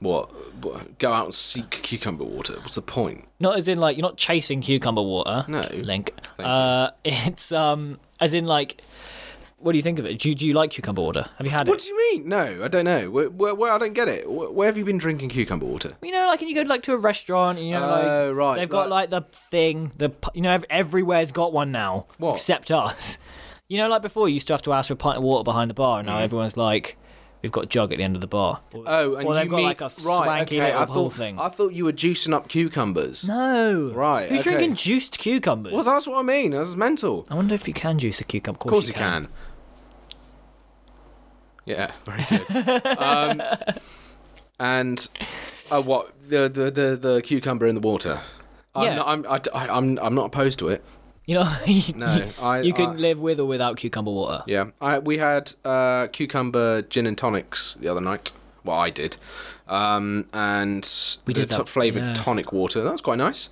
Speaker 1: What? what- Go out and seek cucumber water. What's the point?
Speaker 2: Not as in like you're not chasing cucumber water.
Speaker 1: No.
Speaker 2: Link.
Speaker 1: you.
Speaker 2: Uh, it's um as in like, what do you think of it? Do you, do you like cucumber water? Have you had
Speaker 1: What
Speaker 2: it?
Speaker 1: do you mean? No, I don't know. Where, where, where I don't get it. Where, where have you been drinking cucumber water?
Speaker 2: You know, like, and you go like to a restaurant, and you know, like,
Speaker 1: Oh, right,
Speaker 2: they've got like the thing, the pu- you know, ev- everywhere's got one now,
Speaker 1: What?
Speaker 2: except us. You know, like before, you used to have to ask for a pint of water behind the bar, and now everyone's like, we've got a jug at the end of the bar.
Speaker 1: Mm-hmm. Oh, and
Speaker 2: or
Speaker 1: you
Speaker 2: they've got
Speaker 1: mean,
Speaker 2: like a
Speaker 1: right,
Speaker 2: swanky
Speaker 1: okay,
Speaker 2: little
Speaker 1: I
Speaker 2: whole
Speaker 1: thought,
Speaker 2: thing.
Speaker 1: I thought you were juicing up cucumbers.
Speaker 2: no,
Speaker 1: Right,
Speaker 2: Who's
Speaker 1: okay.
Speaker 2: drinking juiced cucumbers?
Speaker 1: Well, that's what I mean. That's mental. Of
Speaker 2: I wonder if you can juice a cucumber. Of course,
Speaker 1: course, you can. Yeah, very good. um, and uh, what the, the the the cucumber in the water? I'm
Speaker 2: Yeah.
Speaker 1: not, I'm, I, I- I'm I'm not opposed to it.
Speaker 2: You know, you,
Speaker 1: No, I-
Speaker 2: you can
Speaker 1: I-
Speaker 2: live with or without cucumber water.
Speaker 1: Yeah, I, we had uh, cucumber gin and tonics the other night. Well, I did, um, and
Speaker 2: We
Speaker 1: the
Speaker 2: did that,
Speaker 1: top flavored
Speaker 2: yeah.
Speaker 1: tonic water. That was quite nice.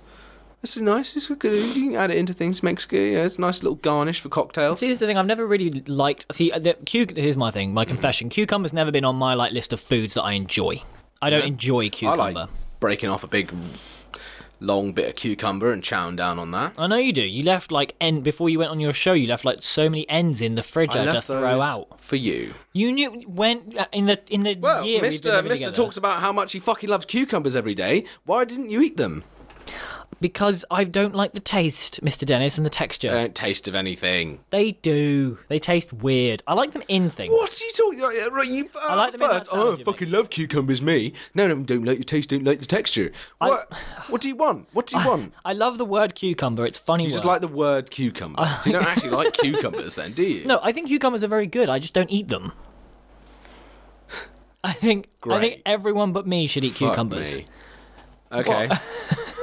Speaker 1: This is nice. It's good. You can add it into things. Makes good. Yeah, it's a nice little garnish for cocktails.
Speaker 2: See, this is the thing. I've never really liked. See, the, cu- here's my thing.
Speaker 1: Mm-hmm.
Speaker 2: My confession: cucumber's never been on my like list of foods that I enjoy. I don't
Speaker 1: Yeah.
Speaker 2: enjoy
Speaker 1: I
Speaker 2: cucumber. I,
Speaker 1: like breaking off a big, long bit of cucumber and chowing down on that.
Speaker 2: know you do. You left like end before you went on your show. You left like so many ends in the fridge I
Speaker 1: I
Speaker 2: had to
Speaker 1: left
Speaker 2: throw
Speaker 1: those
Speaker 2: out.
Speaker 1: for you.
Speaker 2: You knew when uh, in the in the
Speaker 1: Well,
Speaker 2: year we did
Speaker 1: Mister
Speaker 2: everything
Speaker 1: Mister
Speaker 2: together.
Speaker 1: talks about how much he fucking loves cucumbers every day. Why didn't you eat them?
Speaker 2: because I don't like the taste, Mister Dennis, and the texture.
Speaker 1: They don't taste of anything.
Speaker 2: They do. They taste weird. I like them in things.
Speaker 1: What are you talking about? Yeah, Right, you, I
Speaker 2: like them in that
Speaker 1: first, oh, I
Speaker 2: sandwich you
Speaker 1: fucking love cucumbers, me. No, no, don't like the taste, don't like the texture. What, what do you want? What do you want?
Speaker 2: I love the word cucumber. It's a funny.
Speaker 1: You just
Speaker 2: word.
Speaker 1: like the word cucumber. So you don't actually like cucumbers then, do you?
Speaker 2: No, I think cucumbers are very good. I just don't eat them. I think I
Speaker 1: Great.
Speaker 2: think everyone but me should eat
Speaker 1: Fuck
Speaker 2: cucumbers.
Speaker 1: me. Okay.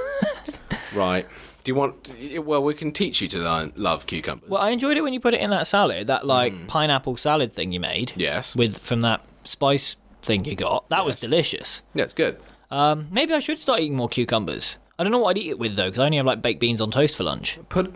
Speaker 1: right. Do you want. Well, we can teach you to learn, love cucumbers.
Speaker 2: Well, I enjoyed it when you put it in that salad, that like pineapple salad thing you made.
Speaker 1: Mm. Yes.
Speaker 2: With from that spice thing you got. That was
Speaker 1: Yes.
Speaker 2: delicious.
Speaker 1: yeah, it's good.
Speaker 2: Um, maybe I should start eating more cucumbers. I don't know what I'd eat it with though, because I only have like baked beans on toast for lunch.
Speaker 1: Put.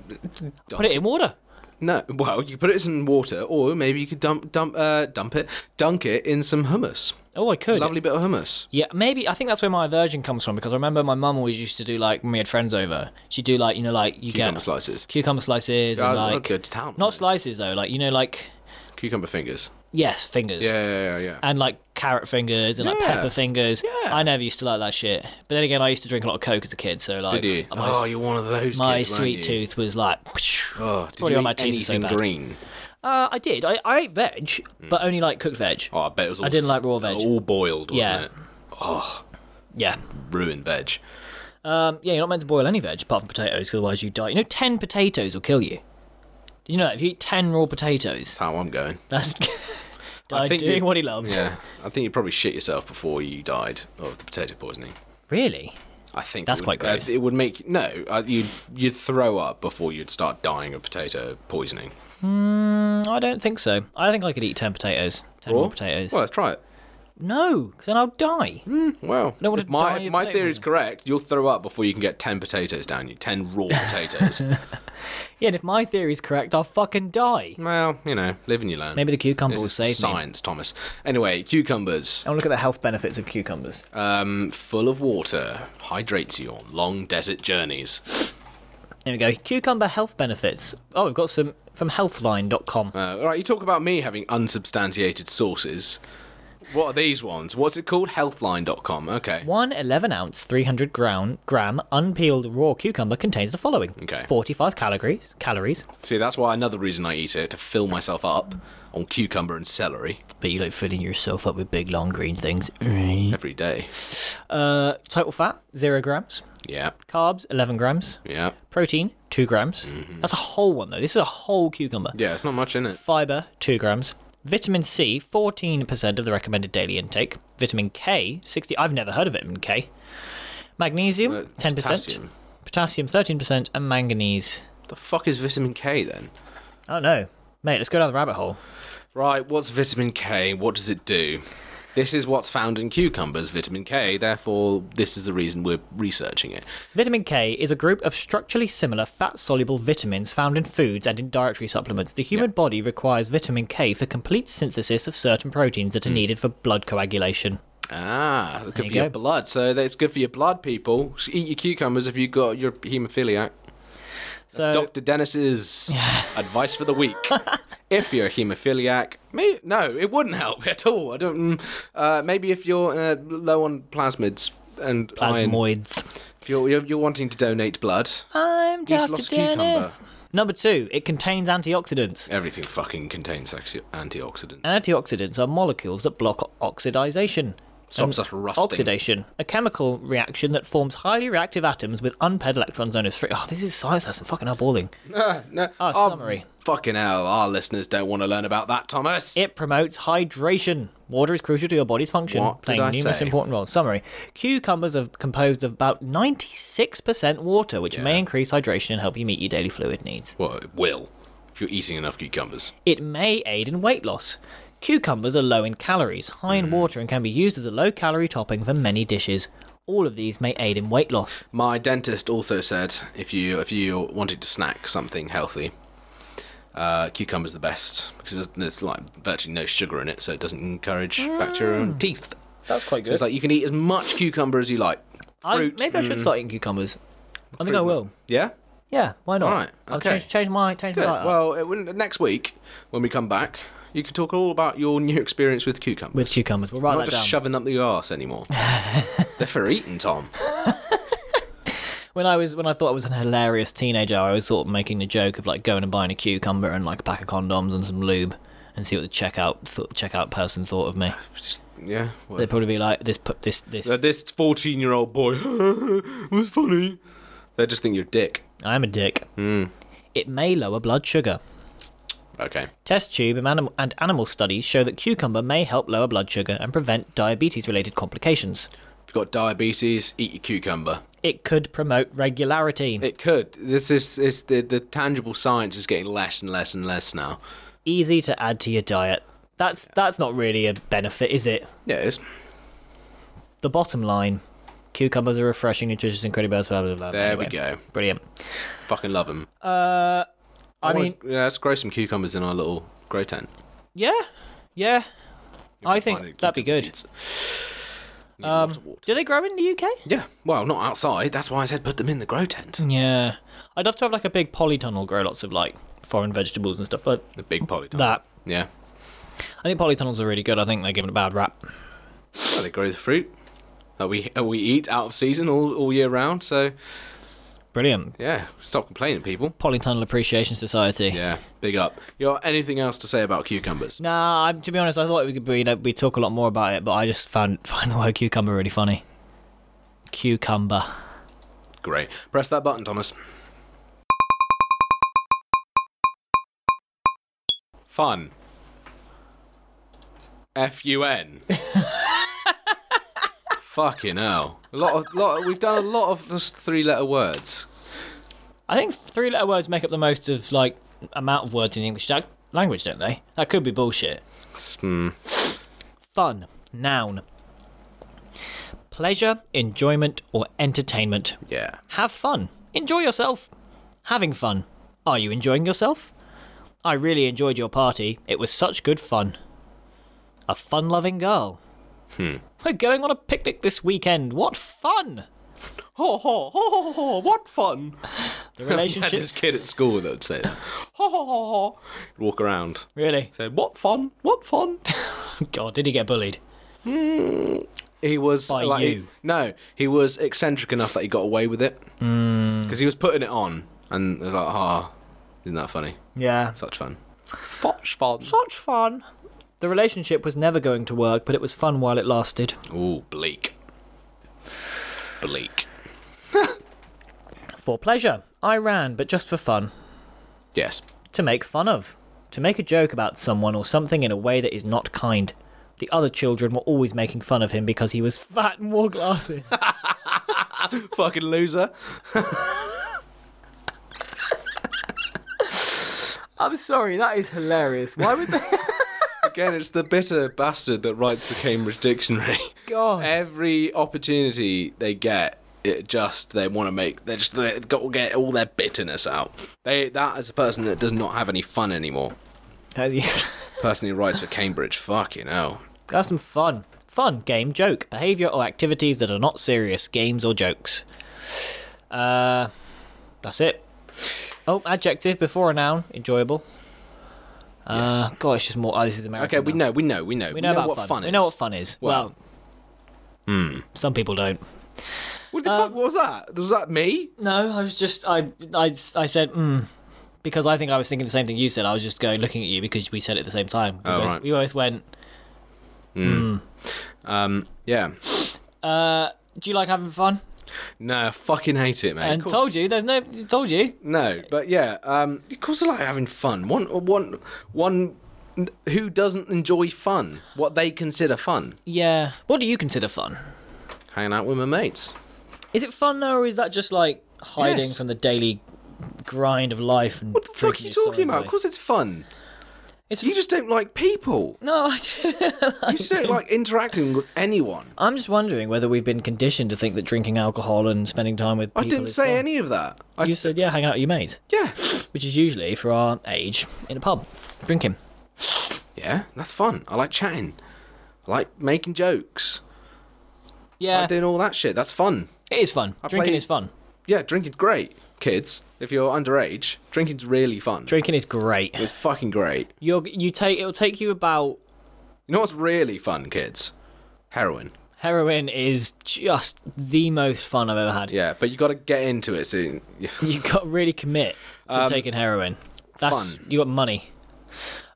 Speaker 2: Put it in water.
Speaker 1: No, well, you put it in water, or maybe you could dump, dump, uh, dump it, dunk it in some hummus.
Speaker 2: Oh, I could.
Speaker 1: Lovely bit of hummus.
Speaker 2: Yeah, maybe I think that's where my aversion comes from because I remember my mum always used to do like when we had friends over. She'd do like you know like you
Speaker 1: Cucumber
Speaker 2: get
Speaker 1: slices.
Speaker 2: cucumber slices
Speaker 1: Yeah,
Speaker 2: and
Speaker 1: I'd- I'd
Speaker 2: like
Speaker 1: go to town on
Speaker 2: not
Speaker 1: those.
Speaker 2: slices though like you know like
Speaker 1: Cucumber fingers.
Speaker 2: yes fingers
Speaker 1: Yeah, yeah, yeah, yeah.
Speaker 2: and like carrot fingers and like
Speaker 1: Yeah.
Speaker 2: pepper fingers
Speaker 1: Yeah.
Speaker 2: i never used to like that shit but then again i used to drink a lot of coke as a kid so like
Speaker 1: Did you?
Speaker 2: my,
Speaker 1: oh, you're one of those.
Speaker 2: my
Speaker 1: kids, weren't
Speaker 2: sweet
Speaker 1: you?
Speaker 2: tooth was like
Speaker 1: Oh,
Speaker 2: Probably
Speaker 1: did you
Speaker 2: why
Speaker 1: eat
Speaker 2: my teeth are so
Speaker 1: anything
Speaker 2: bad.
Speaker 1: green? Hmm.
Speaker 2: uh, i did I, I ate veg but only like cooked veg
Speaker 1: Oh, I bet it was. All
Speaker 2: didn't
Speaker 1: s-
Speaker 2: like raw veg.
Speaker 1: All boiled, wasn't
Speaker 2: Yeah.
Speaker 1: it? Oh,
Speaker 2: yeah
Speaker 1: ruined veg.
Speaker 2: um, yeah you're not meant to boil any veg apart from potatoes 'cause otherwise you die you know 10 potatoes will kill you did you know that if you eat 10 raw potatoes
Speaker 1: That's how I'm going.
Speaker 2: that's died
Speaker 1: think
Speaker 2: doing
Speaker 1: you-
Speaker 2: what he loved
Speaker 1: Yeah, I think you probably shit yourself before you died of the potato poisoning.
Speaker 2: really
Speaker 1: I think it
Speaker 2: That's
Speaker 1: would-
Speaker 2: quite gross.
Speaker 1: uh, it would make no. Uh, you'd you'd throw up before you'd start dying of potato poisoning.
Speaker 2: Mm, i don't think so i think i could eat 10 potatoes 10 raw, potatoes
Speaker 1: Well, let's try it.
Speaker 2: No, because then I'll die.
Speaker 1: Well,
Speaker 2: don't want
Speaker 1: if
Speaker 2: to
Speaker 1: my
Speaker 2: die
Speaker 1: if
Speaker 2: of
Speaker 1: my
Speaker 2: potato
Speaker 1: theory is correct, you'll throw up before you can get ten potatoes down you. Ten raw potatoes.
Speaker 2: Yeah, and if my theory's correct, I'll fucking die.
Speaker 1: Well, you know, live and you learn.
Speaker 2: Maybe the cucumber
Speaker 1: This
Speaker 2: will
Speaker 1: is
Speaker 2: save me.
Speaker 1: science, Thomas. Anyway, cucumbers,
Speaker 2: I'll look at the health benefits of cucumbers.
Speaker 1: um, full of water, hydrates you on long desert journeys.
Speaker 2: There we go. Cucumber health benefits. Oh, we've got some from healthline.com.
Speaker 1: Uh, all right, you talk about me having unsubstantiated sources. What are these ones? What's it called? Healthline.com. Okay.
Speaker 2: One 11 ounce, 300 gram, gram unpeeled raw cucumber contains the following
Speaker 1: Okay.
Speaker 2: 45 calories, calories,
Speaker 1: See, that's why another reason I eat it to fill myself up on cucumber and celery
Speaker 2: but you like filling yourself up with big, long green things.
Speaker 1: every day.
Speaker 2: Uh, total fat, 0 grams.
Speaker 1: Yeah,
Speaker 2: Carbs, 11 grams.
Speaker 1: yeah,
Speaker 2: Protein, 2 grams.
Speaker 1: Mm-hmm.
Speaker 2: That's a whole one, though. This is a whole cucumber.
Speaker 1: yeah. It's not much in it.
Speaker 2: fiber 2 grams vitamin c 14% of the recommended daily intake vitamin k 60 i've never heard of vitamin k magnesium,
Speaker 1: Uh,
Speaker 2: 10%,
Speaker 1: potassium.
Speaker 2: potassium, 13%, and manganese.
Speaker 1: The fuck is vitamin K then?
Speaker 2: Oh no. Mate, let's go down the rabbit hole.
Speaker 1: Right, what's vitamin K? What does it do? This is what's found in cucumbers, vitamin K. Therefore, this is the reason we're researching it.
Speaker 2: Vitamin K is a group of structurally similar fat soluble vitamins found in foods and in dietary supplements. The human body requires vitamin K for complete synthesis of certain proteins
Speaker 1: Mm.
Speaker 2: that are needed for blood coagulation.
Speaker 1: Ah, good
Speaker 2: you
Speaker 1: for your
Speaker 2: go.
Speaker 1: blood. So that's good for your blood, people. Just eat your cucumbers if you've got your haemophiliac.
Speaker 2: So,
Speaker 1: That's Dr. Dennis's advice for the week. if you're a haemophiliac, me no, it wouldn't help at all. I don't. mm, Uh, maybe if you're uh, low on plasmids and iron,
Speaker 2: plasmoids.
Speaker 1: if you're, you're, you're wanting to donate blood,
Speaker 2: I'm
Speaker 1: Yes,
Speaker 2: Dr.
Speaker 1: lost cucumber.
Speaker 2: Dennis. Number two, it contains antioxidants.
Speaker 1: everything fucking contains oxy- antioxidants.
Speaker 2: Antioxidants are molecules that block oxidization.
Speaker 1: Stops
Speaker 2: and
Speaker 1: us rusting.
Speaker 2: Oxidation, a chemical reaction that forms highly reactive atoms with unpaired electrons known as free. Oh, this is science lesson. Fucking eyeballing.
Speaker 1: Ah, no,
Speaker 2: Ah,
Speaker 1: our-
Speaker 2: summary.
Speaker 1: Fucking hell, our listeners don't want to learn about that, Thomas.
Speaker 2: It promotes hydration. Water is crucial to your body's function,
Speaker 1: What did
Speaker 2: playing
Speaker 1: I
Speaker 2: numerous
Speaker 1: say?
Speaker 2: important roles. Summary Cucumbers are composed of about 96% water, which may
Speaker 1: Yeah.
Speaker 2: increase hydration and help you meet your daily fluid needs.
Speaker 1: well, it will if you're eating enough cucumbers.
Speaker 2: It may aid in weight loss. Cucumbers are low in calories, high
Speaker 1: Hmm.
Speaker 2: in water, and can be used as a low calorie topping for many dishes. All of these may aid in weight loss.
Speaker 1: My dentist also said if you if you wanted to snack something healthy, uh, cucumber's the best because there's, there's like virtually no sugar in it, so it doesn't encourage
Speaker 2: Ah.
Speaker 1: bacteria on teeth.
Speaker 2: That's quite
Speaker 1: So it's like you can eat as much cucumber as you like.
Speaker 2: I,
Speaker 1: Fruit, hmm.
Speaker 2: maybe I should start eating cucumbers. I think I will.
Speaker 1: yeah.
Speaker 2: Yeah, why not?
Speaker 1: Alright,
Speaker 2: I'll
Speaker 1: okay.
Speaker 2: change, change my change
Speaker 1: Good.
Speaker 2: my diet up.
Speaker 1: Well, it, when, next week when we come back, you can talk all about your new experience with cucumbers.
Speaker 2: with cucumbers. We'll write
Speaker 1: not
Speaker 2: that
Speaker 1: just
Speaker 2: down.
Speaker 1: shoving up the arse anymore. They're for eating, Tom.
Speaker 2: When I was when I thought I was an hilarious teenager, I was sort of making the joke of like going and buying a cucumber and like a pack of condoms and some lube and see what the checkout th- checkout person thought of me.
Speaker 1: Yeah. well,
Speaker 2: They'd probably be like, "This put this this."
Speaker 1: Uh, this 14 year old boy was funny. They just think you're a dick.
Speaker 2: I'm a dick.
Speaker 1: Hmm.
Speaker 2: It may lower blood sugar.
Speaker 1: Okay.
Speaker 2: Test tube and animal, and animal studies show that cucumber may help lower blood sugar and prevent diabetes-related complications.
Speaker 1: If you've got diabetes, eat your cucumber.
Speaker 2: It could promote regularity,
Speaker 1: It could. This is it's the, the tangible science is getting less and less and less now.
Speaker 2: easy to add to your diet. That's that's not really a benefit, is it?
Speaker 1: Yeah, it's,
Speaker 2: the bottom line cucumbers are refreshing, nutritious, and incredible. Blah, blah, blah,
Speaker 1: there we
Speaker 2: Anyway,
Speaker 1: go.
Speaker 2: Brilliant.
Speaker 1: Fucking love them.
Speaker 2: I, mean,
Speaker 1: yeah, let's grow some cucumbers in our little grow tent.
Speaker 2: yeah, yeah. I
Speaker 1: Find it,
Speaker 2: think that'd be
Speaker 1: cucumber
Speaker 2: good. Um,
Speaker 1: seeds. Need water, water.
Speaker 2: Do they grow in the UK?
Speaker 1: Yeah, well, not outside. That's why I said put them in the grow tent.
Speaker 2: Hmm. Yeah. I'd love to have like a big polytunnel grow lots of like foreign vegetables and stuff like
Speaker 1: The big polytunnel.
Speaker 2: that.
Speaker 1: Yeah.
Speaker 2: I think polytunnels are really good. I think they're given a bad rap.
Speaker 1: Well, they grow the fruit that we that we eat out of season all, all year round. So
Speaker 2: Brilliant.
Speaker 1: yeah, stop complaining, people.
Speaker 2: Polytunnel Appreciation Society.
Speaker 1: Yeah, big up. You got anything else to say about cucumbers?
Speaker 2: Nah, I'm, to be honest, I thought we could be, you know, we talk a lot more about it, but I just found find the word cucumber really funny. Cucumber.
Speaker 1: Great. Press that button, Thomas. Fun. F U N. Fucking hell. A lot of lot of- we've done a lot of just three letter words.
Speaker 2: I think three letter words make up the most of like amount of words in the English lang- language, don't they? That could be bullshit.
Speaker 1: Hmm.
Speaker 2: Fun, noun. Pleasure, enjoyment, or entertainment.
Speaker 1: yeah.
Speaker 2: Have fun. Enjoy yourself. Having fun. Are you enjoying yourself? I really enjoyed your party. It was such good fun. A fun loving girl. Hmm. We're going on a picnic this weekend. What fun!
Speaker 1: Ho ho ho ho ho! What fun!
Speaker 2: The
Speaker 1: I had
Speaker 2: relationship.
Speaker 1: this kid at school that would say that. Ho ho ho ho! Walk around.
Speaker 2: really?
Speaker 1: Say, what fun? What fun?
Speaker 2: God, did he get bullied?
Speaker 1: He was
Speaker 2: By
Speaker 1: like,
Speaker 2: you.
Speaker 1: no, he was eccentric enough that he got away with it because he was putting it on, and it was like, ah, isn't that funny?
Speaker 2: Yeah.
Speaker 1: Such fun. Such fun.
Speaker 2: Such fun. The relationship was never going to work, but it was fun while it lasted.
Speaker 1: Ooh, bleak. Bleak.
Speaker 2: For pleasure, I ran, but just for fun.
Speaker 1: Yes.
Speaker 2: To make fun of. To make a joke about someone or something in a way that is not kind. The other children were always making fun of him because he was fat and wore glasses.
Speaker 1: Fucking loser.
Speaker 3: I'm sorry, that is hilarious. Why would they?
Speaker 1: Again, it's the bitter bastard that writes the Cambridge Dictionary.
Speaker 3: God.
Speaker 1: Every opportunity they get, it just they want to make they just they got to get all their bitterness out. They that is a person that does not have any fun anymore. Person who writes for Cambridge, fucking hell.
Speaker 2: Have some fun. Fun, game, joke, behaviour or activities that are not serious, games or jokes. Uh, that's it. Oh, adjective before a noun, enjoyable. Uh, God, it's just more. Oh, this is American.
Speaker 1: Okay, we
Speaker 2: now.
Speaker 1: know, we know, we know,
Speaker 2: We know, about
Speaker 1: what
Speaker 2: fun.
Speaker 1: fun. is.
Speaker 2: We know what fun is. Well,
Speaker 1: Well- hmm.
Speaker 2: some people don't.
Speaker 1: What the
Speaker 2: Um,
Speaker 1: fuck was that? Was that me?
Speaker 2: No, I was just I I I said mm, because I think I was thinking the same thing you said. I was just going looking at you because we said it at the same time. We,
Speaker 1: Oh,
Speaker 2: both,
Speaker 1: right.
Speaker 2: we both went.
Speaker 1: Um, yeah.
Speaker 2: Uh, do you like having fun?
Speaker 1: No, I fucking hate it, mate.
Speaker 2: and
Speaker 1: Of course-
Speaker 2: told you, there's no told you.
Speaker 1: No, but yeah, um, of course I like having fun. One, one, one who doesn't enjoy fun, what they consider fun,
Speaker 2: Yeah. What do you consider fun?
Speaker 1: hanging out with my mates.
Speaker 2: Is it fun now, or is that just like hiding
Speaker 1: Yes.
Speaker 2: from the daily grind of life and
Speaker 1: What the fuck are you talking about? Of course it's fun.
Speaker 2: It's-
Speaker 1: you just don't like people.
Speaker 2: No, I
Speaker 1: You just don't like interacting with anyone.
Speaker 2: I'm just wondering whether we've been conditioned to think that drinking alcohol and spending time with
Speaker 1: I
Speaker 2: people
Speaker 1: didn't
Speaker 2: is
Speaker 1: say
Speaker 2: fun.
Speaker 1: any of that. I,
Speaker 2: You said yeah, hang out with your mates,
Speaker 1: yeah,
Speaker 2: which is usually for our age in a pub, drinking.
Speaker 1: yeah, that's fun. I like chatting. I like making jokes. I
Speaker 2: Yeah,
Speaker 1: like doing all that shit. That's fun.
Speaker 2: it is fun. drinking
Speaker 1: play-
Speaker 2: is fun.
Speaker 1: Yeah, drinking's great, kids. If you're underage, drinking's really fun.
Speaker 2: Drinking is great.
Speaker 1: it's fucking great.
Speaker 2: You're you take it'll take you about
Speaker 1: You know what's really fun, kids? Heroin.
Speaker 2: heroin is just the most fun I've ever had.
Speaker 1: Yeah, but you got to get into it soon.
Speaker 2: You got to really commit to taking heroin. That's
Speaker 1: Um, fun.
Speaker 2: you got money.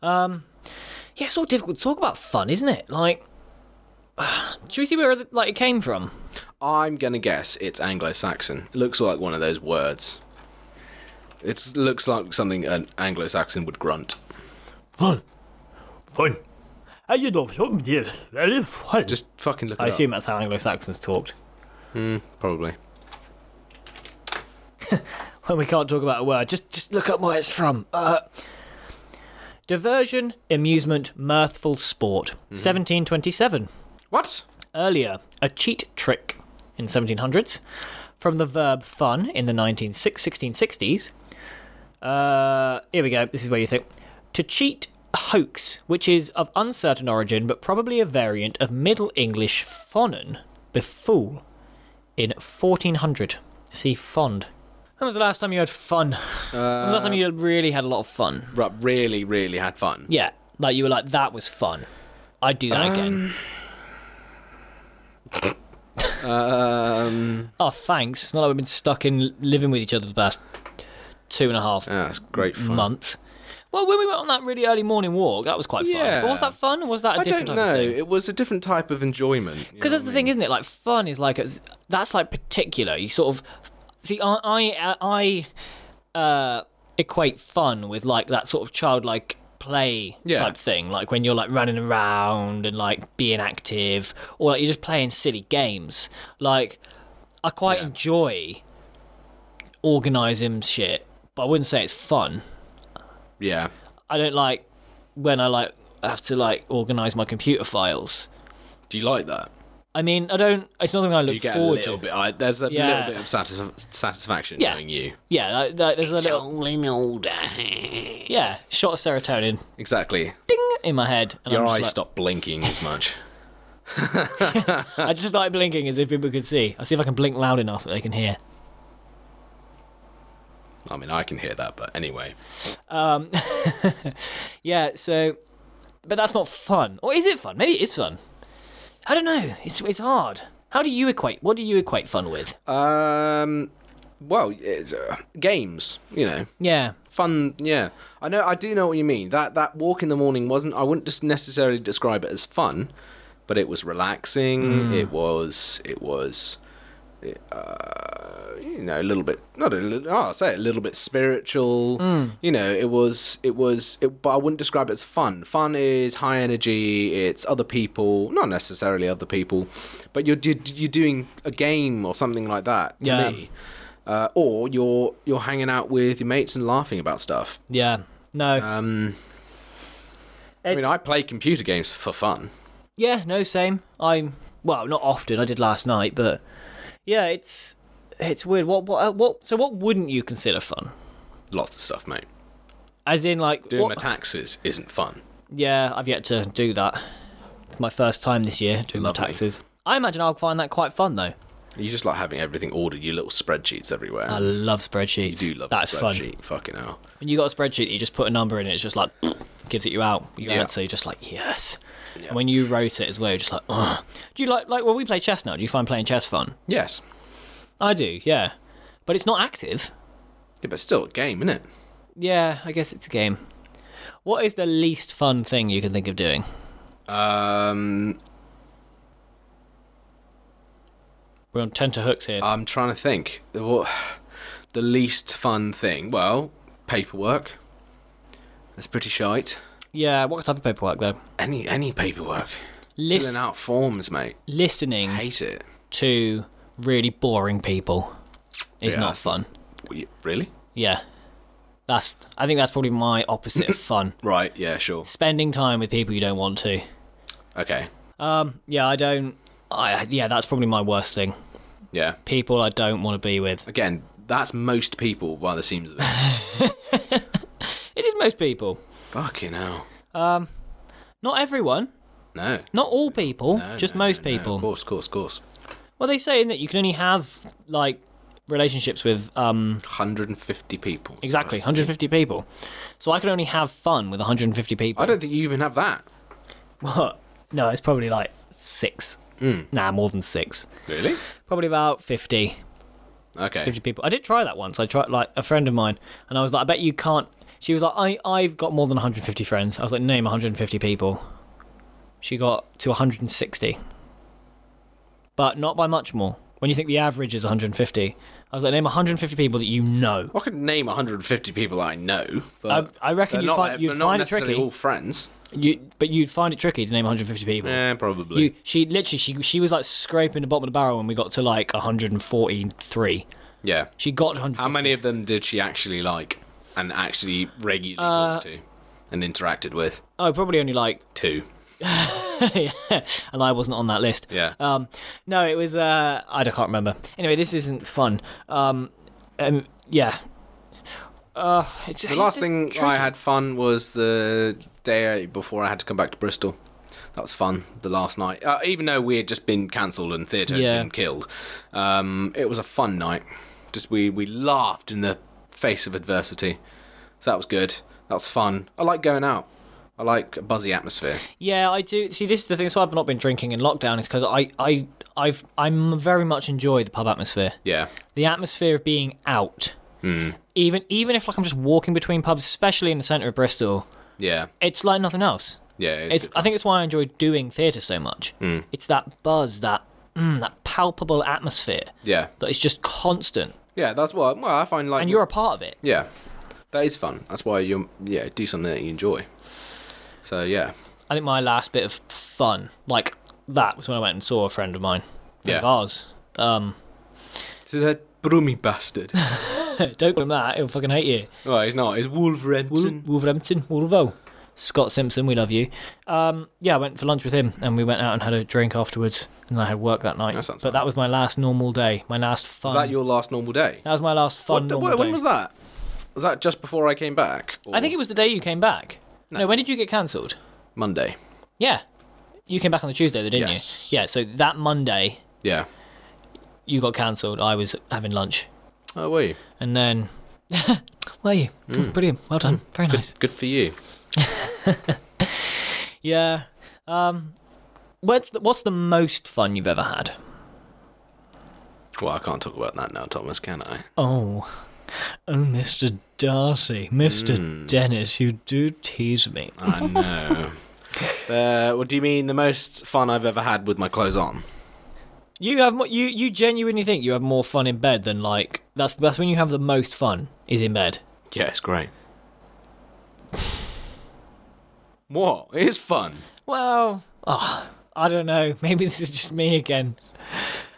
Speaker 2: Um, yeah, it's all difficult to talk about fun, isn't it? Like, do you see where like it came from?
Speaker 1: I'm gonna guess it's Anglo-Saxon. It looks like one of those words. It looks like something an Anglo-Saxon would grunt.
Speaker 2: Fun.
Speaker 4: Fun. I you know something dear. Very fun.
Speaker 1: Just fucking look. It
Speaker 2: I
Speaker 1: up.
Speaker 2: assume that's how Anglo Saxons talked.
Speaker 1: probably.
Speaker 2: when we can't talk about a word. Just just look up where it's from. Uh, diversion, amusement, mirthful sport. 1727.
Speaker 1: What?
Speaker 2: Earlier, a cheat trick in 1700s. From the verb fun in the 19, 1660s. Uh, here we go. This is where you think. To cheat a hoax, which is of uncertain origin but probably a variant of Middle English fonnen, befool, in 1400. See fond. When was the last time you had fun? when was the last time you really had a lot of fun?
Speaker 1: Right, really, really had fun.
Speaker 2: Yeah, like you were like, that was fun. I'd do that again.
Speaker 1: Um,
Speaker 2: Oh, thanks. It's not like we've been stuck in living with each other for the past two and a half
Speaker 1: yeah, Ah, that's great fun.
Speaker 2: months. Well, when we went on that really early morning walk, that was quite fun.
Speaker 1: Yeah.
Speaker 2: But was that fun? Or was that a
Speaker 1: I
Speaker 2: different
Speaker 1: don't
Speaker 2: type of
Speaker 1: know.
Speaker 2: thing?
Speaker 1: It was a different type of enjoyment. you
Speaker 2: Because
Speaker 1: know
Speaker 2: that's the
Speaker 1: what I
Speaker 2: thing,
Speaker 1: mean?
Speaker 2: isn't it? Like fun is like a, that's like particular. You sort of see. I I, I uh, equate fun with like that sort of childlike play
Speaker 1: Yeah.
Speaker 2: type thing, like when you're like running around and like being active, or like you're just playing silly games. Like I quite
Speaker 1: Yeah.
Speaker 2: enjoy organizing shit, but I wouldn't say it's fun.
Speaker 1: Yeah.
Speaker 2: I don't like when I like have to like organize my computer files.
Speaker 1: Do you like that?
Speaker 2: I mean, I don't. It's not something I look
Speaker 1: Do you get a
Speaker 2: forward
Speaker 1: little
Speaker 2: to.
Speaker 1: bit? I, there's a
Speaker 2: Yeah.
Speaker 1: little bit of satisf- satisfaction
Speaker 2: Yeah.
Speaker 1: knowing you.
Speaker 2: Yeah, like, like, there's a little. Yeah, shot of serotonin
Speaker 1: Exactly.
Speaker 2: in my head. And
Speaker 1: Your
Speaker 2: I'm
Speaker 1: eyes
Speaker 2: just like,
Speaker 1: stop blinking as much.
Speaker 2: I just like blinking as if people could see. I see if I can blink loud enough that they can hear.
Speaker 1: I mean, I can hear that, but anyway.
Speaker 2: Um, yeah, so. But that's not fun. Or is it fun? Maybe it is fun. I don't know. It's, it's hard. How do you equate? What do you equate fun with?
Speaker 1: Uh, Um, well, it's, uh, games, you know,
Speaker 2: Yeah.
Speaker 1: fun. Yeah, I know. I do know what you mean. That that walk in the morning wasn't. I wouldn't just necessarily
Speaker 2: Hmm.
Speaker 1: describe it as fun, but it was relaxing. It was. It was uh, you know, a little bit not a little, oh, I'll say a little bit spiritual.
Speaker 2: Hmm.
Speaker 1: You know, it was it was, it, but I wouldn't describe it as fun. Fun is high energy. It's other people, not necessarily other people, but you're do- you're doing a game or something like that to
Speaker 2: Yeah.
Speaker 1: me. Uh, or you're you're hanging out with your mates and laughing about stuff.
Speaker 2: Yeah. No.
Speaker 1: Um, I
Speaker 2: It's-
Speaker 1: mean, I play computer games for fun.
Speaker 2: Yeah, no, same. I'm well, not often. I did last night, but yeah, it's it's weird. What what uh, what? So what wouldn't you consider fun?
Speaker 1: Lots of stuff, mate.
Speaker 2: As in, like,
Speaker 1: Doing
Speaker 2: what-
Speaker 1: my taxes isn't fun.
Speaker 2: yeah, I've yet to do that. It's my first time this year doing
Speaker 1: Lovely.
Speaker 2: my taxes. I imagine I'll find that quite fun though.
Speaker 1: You just like having everything ordered, your little spreadsheets everywhere.
Speaker 2: I love spreadsheets.
Speaker 1: do love
Speaker 2: That's fun.
Speaker 1: spreadsheet. Fucking hell.
Speaker 2: When you got a spreadsheet, you just put a number in it. It's just like gives it you out. You
Speaker 1: Yeah.
Speaker 2: answer. You're just like yes. And When you wrote it as well, you're just like, Ugh. do you like like when we play chess now? Do you find playing chess fun?
Speaker 1: Yes.
Speaker 2: I do, yeah. But it's not active.
Speaker 1: Yeah, but still a game, isn't it?
Speaker 2: Yeah, I guess it's a game. What is the least fun thing you can think of doing?
Speaker 1: Um,
Speaker 2: We're on tenterhooks here.
Speaker 1: I'm trying to think. What the least fun thing? Well, paperwork. That's pretty shite.
Speaker 2: yeah, what type of paperwork though?
Speaker 1: Any any paperwork.
Speaker 2: List-
Speaker 1: Filling out forms, mate.
Speaker 2: listening
Speaker 1: Hate it.
Speaker 2: to really boring people is not
Speaker 1: Yeah, that's-
Speaker 2: fun.
Speaker 1: Well, you- Really?
Speaker 2: Yeah. That's I think that's probably my opposite of fun.
Speaker 1: Right. Yeah. Sure.
Speaker 2: Spending time with people you don't want to.
Speaker 1: Okay.
Speaker 2: Um, yeah, I don't I yeah, that's probably my worst thing.
Speaker 1: Yeah.
Speaker 2: People I don't want to be with.
Speaker 1: Again, that's most people by the seams of it.
Speaker 2: It is most people.
Speaker 1: Fucking hell.
Speaker 2: Not everyone,
Speaker 1: No.
Speaker 2: not all people,
Speaker 1: No,
Speaker 2: just
Speaker 1: no,
Speaker 2: most
Speaker 1: no, no.
Speaker 2: people.
Speaker 1: Of course, of course, of course.
Speaker 2: Well, they say that you can only have like relationships with um
Speaker 1: 150 people. so
Speaker 2: exactly
Speaker 1: that's-
Speaker 2: 150 people. So I can only have fun with 150 people.
Speaker 1: I don't think you even have that.
Speaker 2: What? No, it's probably like six.
Speaker 1: Hmm.
Speaker 2: Nah, more than six.
Speaker 1: Really?
Speaker 2: Probably about 50,
Speaker 1: Okay.
Speaker 2: 50 people. I did try that once. I tried like a friend of mine, and I was like, I bet you can't. She was like, I I've got more than 150 friends. I was like, name 150 people. She got to 160, but not by much more. When you think the average is 150, I was like, name 150 people that you know.
Speaker 1: I could name 150 people I know, but
Speaker 2: I- I reckon
Speaker 1: they're
Speaker 2: you'd
Speaker 1: not,
Speaker 2: find-
Speaker 1: they're
Speaker 2: you'd
Speaker 1: not
Speaker 2: find it
Speaker 1: necessarily
Speaker 2: tricky.
Speaker 1: all friends.
Speaker 2: You, but you'd find it tricky to name 150 people.
Speaker 1: Yeah, probably.
Speaker 2: You, she literally, she, she was like scraping the bottom of the barrel when we got to like 143.
Speaker 1: yeah.
Speaker 2: She got 150.
Speaker 1: How many of them did she actually like and actually regularly
Speaker 2: Uh,
Speaker 1: talked to and interacted with?
Speaker 2: Oh, probably only like,
Speaker 1: Two.
Speaker 2: yeah. and I wasn't on that list.
Speaker 1: Yeah.
Speaker 2: Um, no, it was. Uh, I don't- can't remember. Anyway, this isn't fun. Um, um yeah. Uh, it's
Speaker 1: the last thing I had fun was the day before I had to come back to Bristol. That was fun. The last night, uh, even though we had just been cancelled and theatre had
Speaker 2: Yeah.
Speaker 1: been killed, um, it was a fun night. Just we we laughed in the face of adversity, so that was good. That was fun. I like going out. I like a buzzy atmosphere.
Speaker 2: Yeah, I do. See, this is the thing. So I've not been drinking in lockdown is because I, I, I've, I'm very much enjoy the pub atmosphere.
Speaker 1: Yeah,
Speaker 2: the atmosphere of being out.
Speaker 1: Hmm.
Speaker 2: Even even if like I'm just walking between pubs, especially in the centre of Bristol,
Speaker 1: yeah,
Speaker 2: it's like nothing else.
Speaker 1: yeah. It's, Mm.
Speaker 2: It's,
Speaker 1: good.
Speaker 2: I think it's why I enjoy doing theatre so much. It's that buzz, that mm, that palpable atmosphere
Speaker 1: yeah,
Speaker 2: that is just constant,
Speaker 1: yeah. That's what. Well, I find like
Speaker 2: and you're a part of it.
Speaker 1: yeah, that is fun. That's why you yeah do something that you enjoy. So yeah,
Speaker 2: I think my last bit of fun, like that, was when I went and saw a friend of mine. friend
Speaker 1: Yeah.
Speaker 2: of ours. Um,
Speaker 1: to that brummy bastard.
Speaker 2: don't call him that; he'll fucking hate you.
Speaker 1: Well, he's not. He's Wolverhampton.
Speaker 2: Wolverhampton, Wolvo. Scott Simpson, we love you. Um, yeah, I went for lunch with him and we went out and had a drink afterwards and I had work that night.
Speaker 1: That sounds
Speaker 2: but
Speaker 1: fun.
Speaker 2: that was my last normal day, my last fun.
Speaker 1: Was that your last normal day?
Speaker 2: That was my last fun
Speaker 1: What-
Speaker 2: normal
Speaker 1: what- when
Speaker 2: day.
Speaker 1: was that? Was that just before I came back? Or
Speaker 2: I think it was the day you came back. No, when did you get cancelled?
Speaker 1: Monday.
Speaker 2: Yeah. You came back on the Tuesday, though, didn't
Speaker 1: Yes.
Speaker 2: you? Yeah, so that Monday
Speaker 1: Yeah.
Speaker 2: you got cancelled. I was having lunch.
Speaker 1: Oh, were you?
Speaker 2: And then, where are you? Oh, brilliant. Well done. Very nice.
Speaker 1: Good for you.
Speaker 2: Yeah. Um, what's, the, what's the most fun you've ever had?
Speaker 1: Well, I can't talk about that now, Thomas, can I?
Speaker 2: Oh, oh, Mr. Darcy, Mr. Dennis, you do tease me.
Speaker 1: I know. uh, well, do you mean the most fun I've ever had with my clothes on?
Speaker 2: You have mo- you you genuinely think you have more fun in bed than like that's that's when you have the most fun is in bed.
Speaker 1: Yeah, it's great. what? It is fun.
Speaker 2: Well, oh, I don't know. Maybe this is just me again.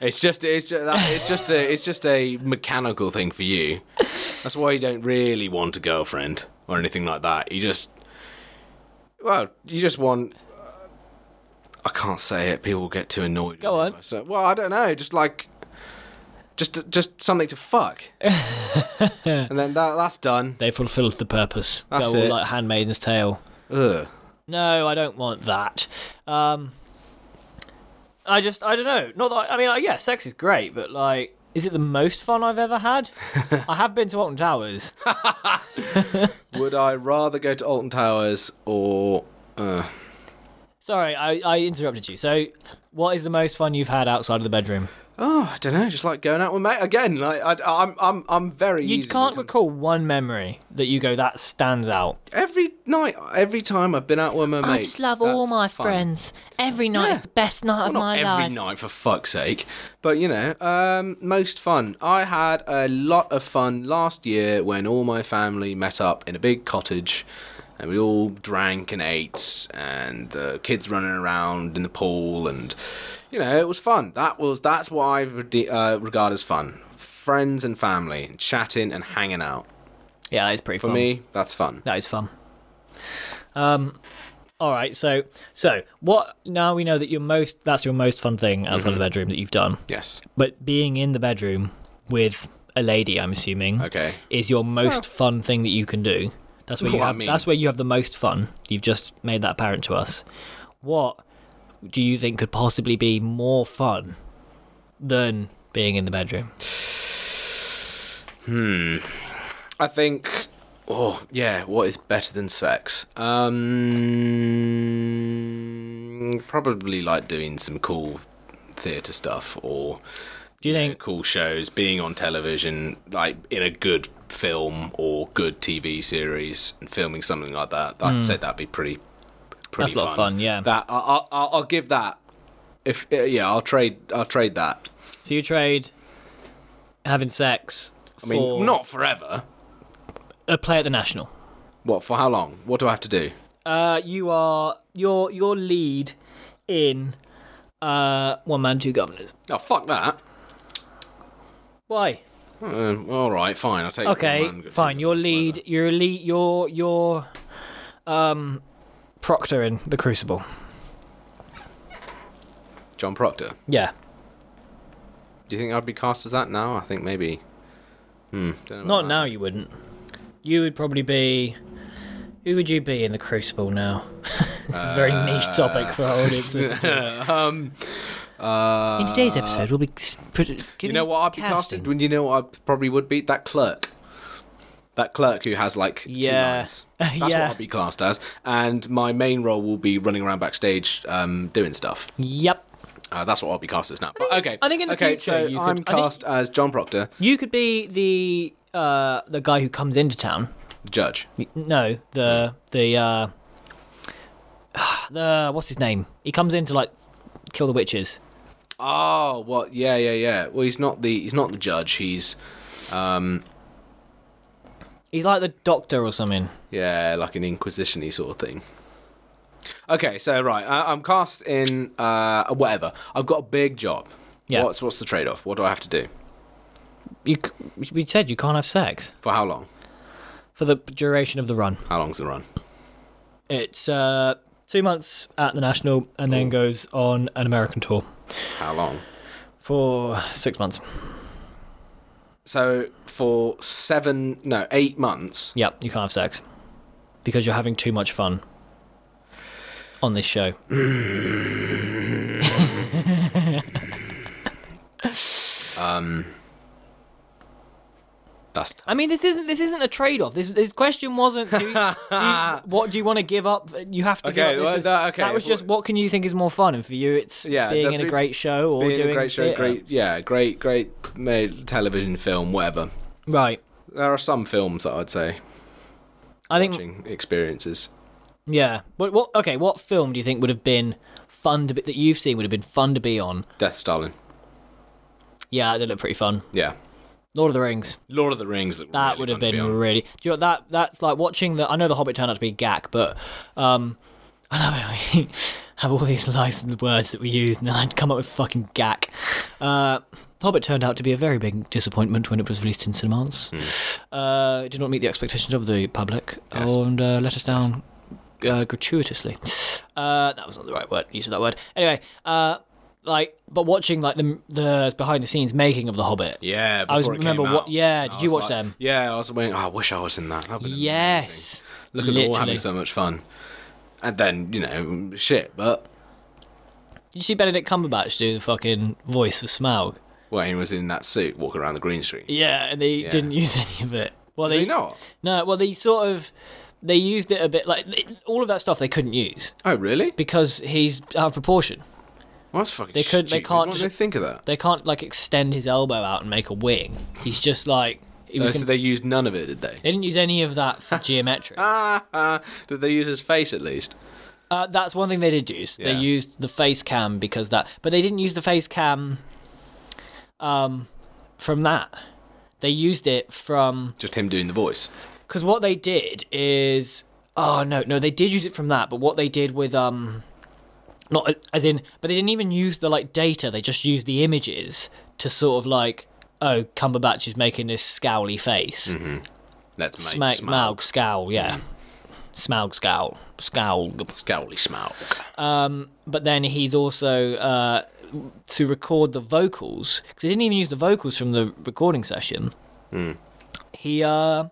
Speaker 1: It's just it's just that, it's just a it's just a mechanical thing for you. That's why you don't really want a girlfriend or anything like that. You just well, you just want. uh, I can't say it. People get too annoyed.
Speaker 2: Go
Speaker 1: with me.
Speaker 2: on.
Speaker 1: So, well, I don't know. Just like, just just something to fuck, and then that that's done.
Speaker 2: They fulfilled the purpose.
Speaker 1: That's
Speaker 2: Go all
Speaker 1: it.
Speaker 2: like Handmaiden's Tale.
Speaker 1: Ugh.
Speaker 2: No, I don't want that. Um, I just I don't know. Not that I, I mean, like, yeah, sex is great, but like, is it the most fun I've ever had? I have been to Alton Towers.
Speaker 1: Would I rather go to Alton Towers or? Uh,
Speaker 2: Sorry, I, I interrupted you. So, what is the most fun you've had outside of the bedroom?
Speaker 1: oh, I don't know. Just like going out with mate again. Like I, am I'm I'm very.
Speaker 2: You
Speaker 1: easy when
Speaker 2: can't
Speaker 1: it comes-
Speaker 2: recall one memory that you go that stands out.
Speaker 1: every night, every time I've been out with my mates.
Speaker 5: I just love all
Speaker 1: that's
Speaker 5: my
Speaker 1: fun.
Speaker 5: friends. Every night
Speaker 1: Yeah.
Speaker 5: is the best night of
Speaker 1: Well,
Speaker 5: my
Speaker 1: not every
Speaker 5: life.
Speaker 1: night for fuck's sake but you know um, most fun i had a lot of fun last year when all my family met up in a big cottage and we all drank and ate and the kids running around in the pool and you know it was fun that was that's what i rede- uh, regard as fun friends and family and chatting and hanging out
Speaker 2: Yeah, that is pretty
Speaker 1: for me that's fun
Speaker 2: That is fun. Um, all right. So, so what? Now we know that your most that's your most fun thing outside of
Speaker 1: Mm-hmm.
Speaker 2: the bedroom that you've done.
Speaker 1: yes
Speaker 2: But being in the bedroom with a lady, I'm assuming,
Speaker 1: okay
Speaker 2: is your most fun thing that you can do. That's where you
Speaker 1: Well, I
Speaker 2: have.
Speaker 1: mean-
Speaker 2: That's where you have the most fun. You've just made that apparent to us. What do you think could possibly be more fun than being in the bedroom?
Speaker 1: I think. Oh yeah, what is better than sex? Um, probably like doing some cool theatre stuff or
Speaker 2: Do you think?
Speaker 1: cool shows, being on television, like in a good film or good TV series, and filming something like that. I'd say that'd be pretty. pretty
Speaker 2: Hmm. That's a lot of fun, yeah.
Speaker 1: That I, I, I'll, I'll give that. If uh, yeah, I'll trade. I'll trade that.
Speaker 2: So you trade having sex.
Speaker 1: I mean,
Speaker 2: for
Speaker 1: not forever.
Speaker 2: a play at the national.
Speaker 1: What for? How long? What do I have to do?
Speaker 2: Uh, you are your your lead in uh, one man two governors.
Speaker 1: Oh fuck that.
Speaker 2: Why?
Speaker 1: Um, all right, fine. I'll take.
Speaker 2: Okay,
Speaker 1: one man, good
Speaker 2: fine.
Speaker 1: two
Speaker 2: Your
Speaker 1: guys,
Speaker 2: lead,
Speaker 1: whatever.
Speaker 2: your elite, your your um proctor in the Crucible.
Speaker 1: John Proctor.
Speaker 2: Yeah,
Speaker 1: Do you think I'd be cast as that now? I think maybe. Hmm. don't know
Speaker 2: not
Speaker 1: about
Speaker 2: now.
Speaker 1: that.
Speaker 2: You wouldn't. You would probably be. Who would you be in the Crucible now? it's a very niche topic for our audiences.
Speaker 1: Uh, um. Uh,
Speaker 5: In today's episode, we'll be. s- pr-
Speaker 1: you
Speaker 5: giving
Speaker 1: know what I'd be casted? When you know what I probably would be that clerk. That clerk who has like two
Speaker 2: Yeah.
Speaker 1: lines. That's
Speaker 2: Yeah.
Speaker 1: what I'll be classed as, and my main role will be running around backstage, um, doing stuff.
Speaker 2: yep.
Speaker 1: Uh, that's what I'll be cast as now. But okay,
Speaker 2: I think in the
Speaker 1: okay,
Speaker 2: future
Speaker 1: so
Speaker 2: you could-
Speaker 1: I'm
Speaker 2: I think-
Speaker 1: cast as John Proctor,
Speaker 2: You could be the uh the guy who comes into town.
Speaker 1: the judge.
Speaker 2: No, the the uh the what's his name? He comes in to like kill the witches.
Speaker 1: Oh, well, yeah, yeah, yeah. Well, he's not the he's not the judge. He's
Speaker 2: He's like the doctor or something.
Speaker 1: yeah, like an inquisitiony sort of thing. Okay, so right, I, I'm cast in uh whatever. I've got a big job.
Speaker 2: Yeah.
Speaker 1: What's what's the trade off? What do I have to do
Speaker 2: You, c- we said you can't have sex
Speaker 1: for how long?
Speaker 2: for the duration of the run.
Speaker 1: How long's the run?
Speaker 2: It's uh two months at the national and then goes on an American tour
Speaker 1: How long?
Speaker 2: for six months.
Speaker 1: So for seven, no, eight months.
Speaker 2: Yep, you can't have sex because you're having too much fun on this show.
Speaker 1: That's
Speaker 2: I mean, this isn't this isn't a trade off. This this question wasn't do you, do you- what do you want to give up? You have to give
Speaker 1: Okay,
Speaker 2: up. This
Speaker 1: well,
Speaker 2: is-
Speaker 1: that- okay,
Speaker 2: was
Speaker 1: if
Speaker 2: just
Speaker 1: we-
Speaker 2: what can you think is more fun, and for you, it's
Speaker 1: Yeah,
Speaker 2: being
Speaker 1: the
Speaker 2: in a
Speaker 1: big-
Speaker 2: great show or
Speaker 1: being
Speaker 2: doing
Speaker 1: a great show,
Speaker 2: theatre.
Speaker 1: great, yeah, great, great made television film, whatever.
Speaker 2: Right,
Speaker 1: There are some films that I'd say
Speaker 2: I think
Speaker 1: watching experiences.
Speaker 2: yeah. But what? Okay, what film do you think would have been fun to be that you've seen would have been fun to be on?
Speaker 1: Death Stalin.
Speaker 2: Yeah, that looked pretty fun.
Speaker 1: Yeah.
Speaker 2: Lord of the Rings.
Speaker 1: Lord of the Rings looked
Speaker 2: That
Speaker 1: really
Speaker 2: would have
Speaker 1: fun to be
Speaker 2: been
Speaker 1: on.
Speaker 2: really. Do you know that? That's like watching the. I know the Hobbit turned out to be gack, but um, I know how we have all these licensed words that we use, and I'd come up with fucking gack. Uh, Hobbit turned out to be a very big disappointment when it was released in cinemas. Uh, it did not meet the expectations of the public,
Speaker 1: Hmm. Yes.
Speaker 2: and uh, let us down uh, gratuitously. Uh, that was not the right word. Use of that word. Anyway, uh, like, but watching like the the behind the scenes making of the Hobbit.
Speaker 1: Yeah,
Speaker 2: I was-
Speaker 1: before it
Speaker 2: remember
Speaker 1: came
Speaker 2: what-
Speaker 1: out.
Speaker 2: yeah,
Speaker 1: And
Speaker 2: did
Speaker 1: I
Speaker 2: you
Speaker 1: was
Speaker 2: watch
Speaker 1: like-
Speaker 2: them?
Speaker 1: Yeah, I was waiting. Oh, I wish I was in that. That would've been amazing.
Speaker 2: Yes.
Speaker 1: Look at them all having
Speaker 2: Literally.
Speaker 1: so much fun. And then, you know, shit, but
Speaker 2: Did you see Benedict Cumberbatch do the fucking voice for Smaug?
Speaker 1: when he was in that suit walking around the green screen.
Speaker 2: Yeah, and they
Speaker 1: Yeah.
Speaker 2: didn't use any of it. Well,
Speaker 1: Did
Speaker 2: they
Speaker 1: he not?
Speaker 2: no. Well, they sort of they used it a bit like they- all of that stuff they couldn't use
Speaker 1: Oh, really?
Speaker 2: because he's out of proportion.
Speaker 1: Well, that's fucking
Speaker 2: They could- they
Speaker 1: stupid.
Speaker 2: can't
Speaker 1: What
Speaker 2: just-
Speaker 1: did they think of that?
Speaker 2: They can't like extend his elbow out and make a wing. He's just like he
Speaker 1: Uh,
Speaker 2: was.
Speaker 1: so
Speaker 2: gonna-
Speaker 1: they used none of it, did they?
Speaker 2: they didn't use any of that for geometric.
Speaker 1: Ah, ah, did they use his face at least?
Speaker 2: Uh, that's one thing they did use. They
Speaker 1: Yeah.
Speaker 2: used the face cam because that, but they didn't use the face cam. Um, from that, they used it from
Speaker 1: Just him doing the voice.
Speaker 2: Because what they did is, oh no, no, they did use it from that, but what they did with um, not as in, but they didn't even use the like data. They just used the images to sort of like, oh, Cumberbatch is making this scowly face,
Speaker 1: Let's make
Speaker 2: smack
Speaker 1: Smaug.
Speaker 2: Smaug scowl, yeah, Smaug scowl, scowl.
Speaker 1: Scowly Smaug.
Speaker 2: But then he's also uh, to record the vocals because they didn't even use the vocals from the recording session. he uh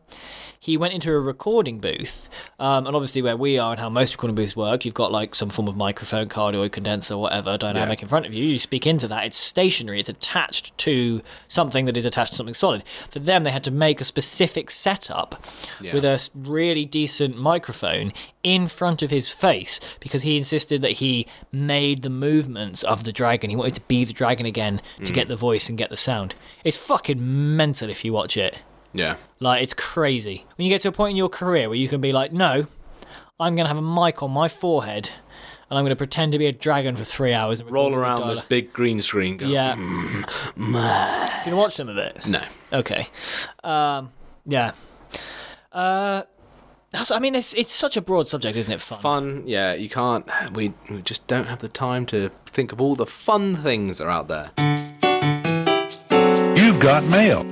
Speaker 2: he went into a recording booth um, and obviously where we are and how most recording booths work you've got like some form of microphone cardioid condenser whatever dynamic in front of you you speak into that it's stationary it's attached to something that is attached to something solid for them they had to make a specific setup
Speaker 1: Yeah.
Speaker 2: with a s- really decent microphone in front of his face because he insisted that he made the movements of the dragon he wanted to be the dragon again to get the voice and get the sound it's fucking mental if you watch it
Speaker 1: Yeah.
Speaker 2: like it's crazy. When you get to a point in your career where you can be like, no, I'm gonna have a mic on my forehead, and I'm gonna pretend to be a dragon for three hours. And
Speaker 1: Roll
Speaker 2: record
Speaker 1: around
Speaker 2: dialogue."
Speaker 1: this Mm, big green screen. Go,
Speaker 2: Yeah. Do you watch some of it?
Speaker 1: No.
Speaker 2: Okay. Um. Yeah. Uh. that's- I mean, it's it's such a broad subject, isn't it? Fun.
Speaker 1: Fun, yeah, you can't. We, we just don't have the time to think of all the fun things that are out there.
Speaker 6: You've got mail.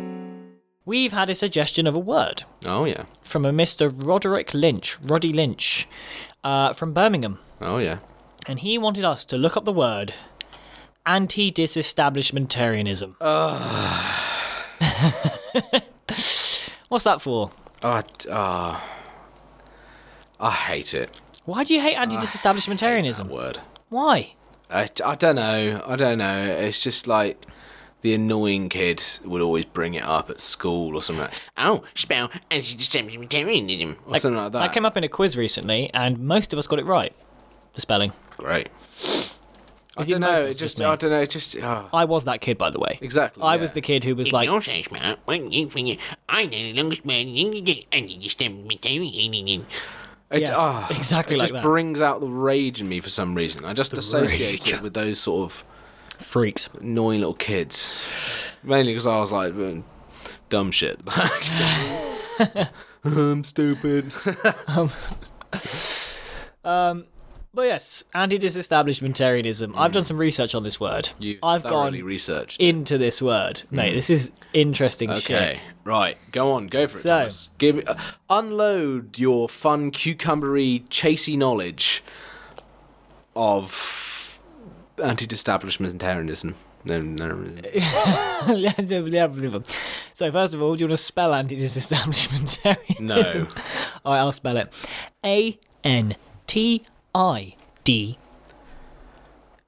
Speaker 2: We've had a suggestion of a word
Speaker 1: Oh, yeah.
Speaker 2: from a Mr. Roderick Lynch, Roddy Lynch, uh, from Birmingham.
Speaker 1: Oh, yeah.
Speaker 2: and he wanted us to look up the word anti disestablishmentarianism. What's that for?
Speaker 1: I, d- ah. I hate it.
Speaker 2: Why do you hate anti
Speaker 1: That
Speaker 2: disestablishmentarianism?
Speaker 1: word.
Speaker 2: Why?
Speaker 1: I, I don't know. I don't know. It's just like the annoying kid would always bring it up at school or something. Like, oh, spell anti-discrimination or something like that.
Speaker 2: That came up in a quiz recently, and most of us got it right. The spelling.
Speaker 1: great. I
Speaker 2: Is it
Speaker 1: don't
Speaker 2: most
Speaker 1: know.
Speaker 2: of
Speaker 1: It
Speaker 2: us
Speaker 1: just.
Speaker 2: just me?
Speaker 1: I don't know. It just. ah.
Speaker 2: I was that kid, by the way.
Speaker 1: Exactly,
Speaker 2: I
Speaker 1: yeah.
Speaker 2: was the kid who was
Speaker 7: Like,
Speaker 2: like,
Speaker 7: no sense, man. When you think I know the longest man in the day, and you just am material.
Speaker 1: It,
Speaker 2: Yes,
Speaker 1: ah,
Speaker 2: exactly
Speaker 1: it
Speaker 2: like
Speaker 1: just
Speaker 2: that.
Speaker 1: brings out the rage in me for some reason. I just associate it with those sort of
Speaker 2: freaks.
Speaker 1: annoying little kids. Mainly because I was like doing dumb shit. at the back. I'm stupid.
Speaker 2: But yes, anti disestablishmentarianism. I've done some research on this word.
Speaker 1: Mm. You've
Speaker 2: I've
Speaker 1: thoroughly
Speaker 2: gone
Speaker 1: researched.
Speaker 2: into this word. Mate, this is interesting shit.
Speaker 1: Okay, right. Go on, go for it.
Speaker 2: So-
Speaker 1: Thomas. Give uh, unload your fun cucumbery chasey knowledge of anti-establishmentarianism. No, no, no.
Speaker 2: so first of all, do you want to spell anti-disestablishmentarianism?
Speaker 1: No.
Speaker 2: All right, I'll spell it. A N T I D.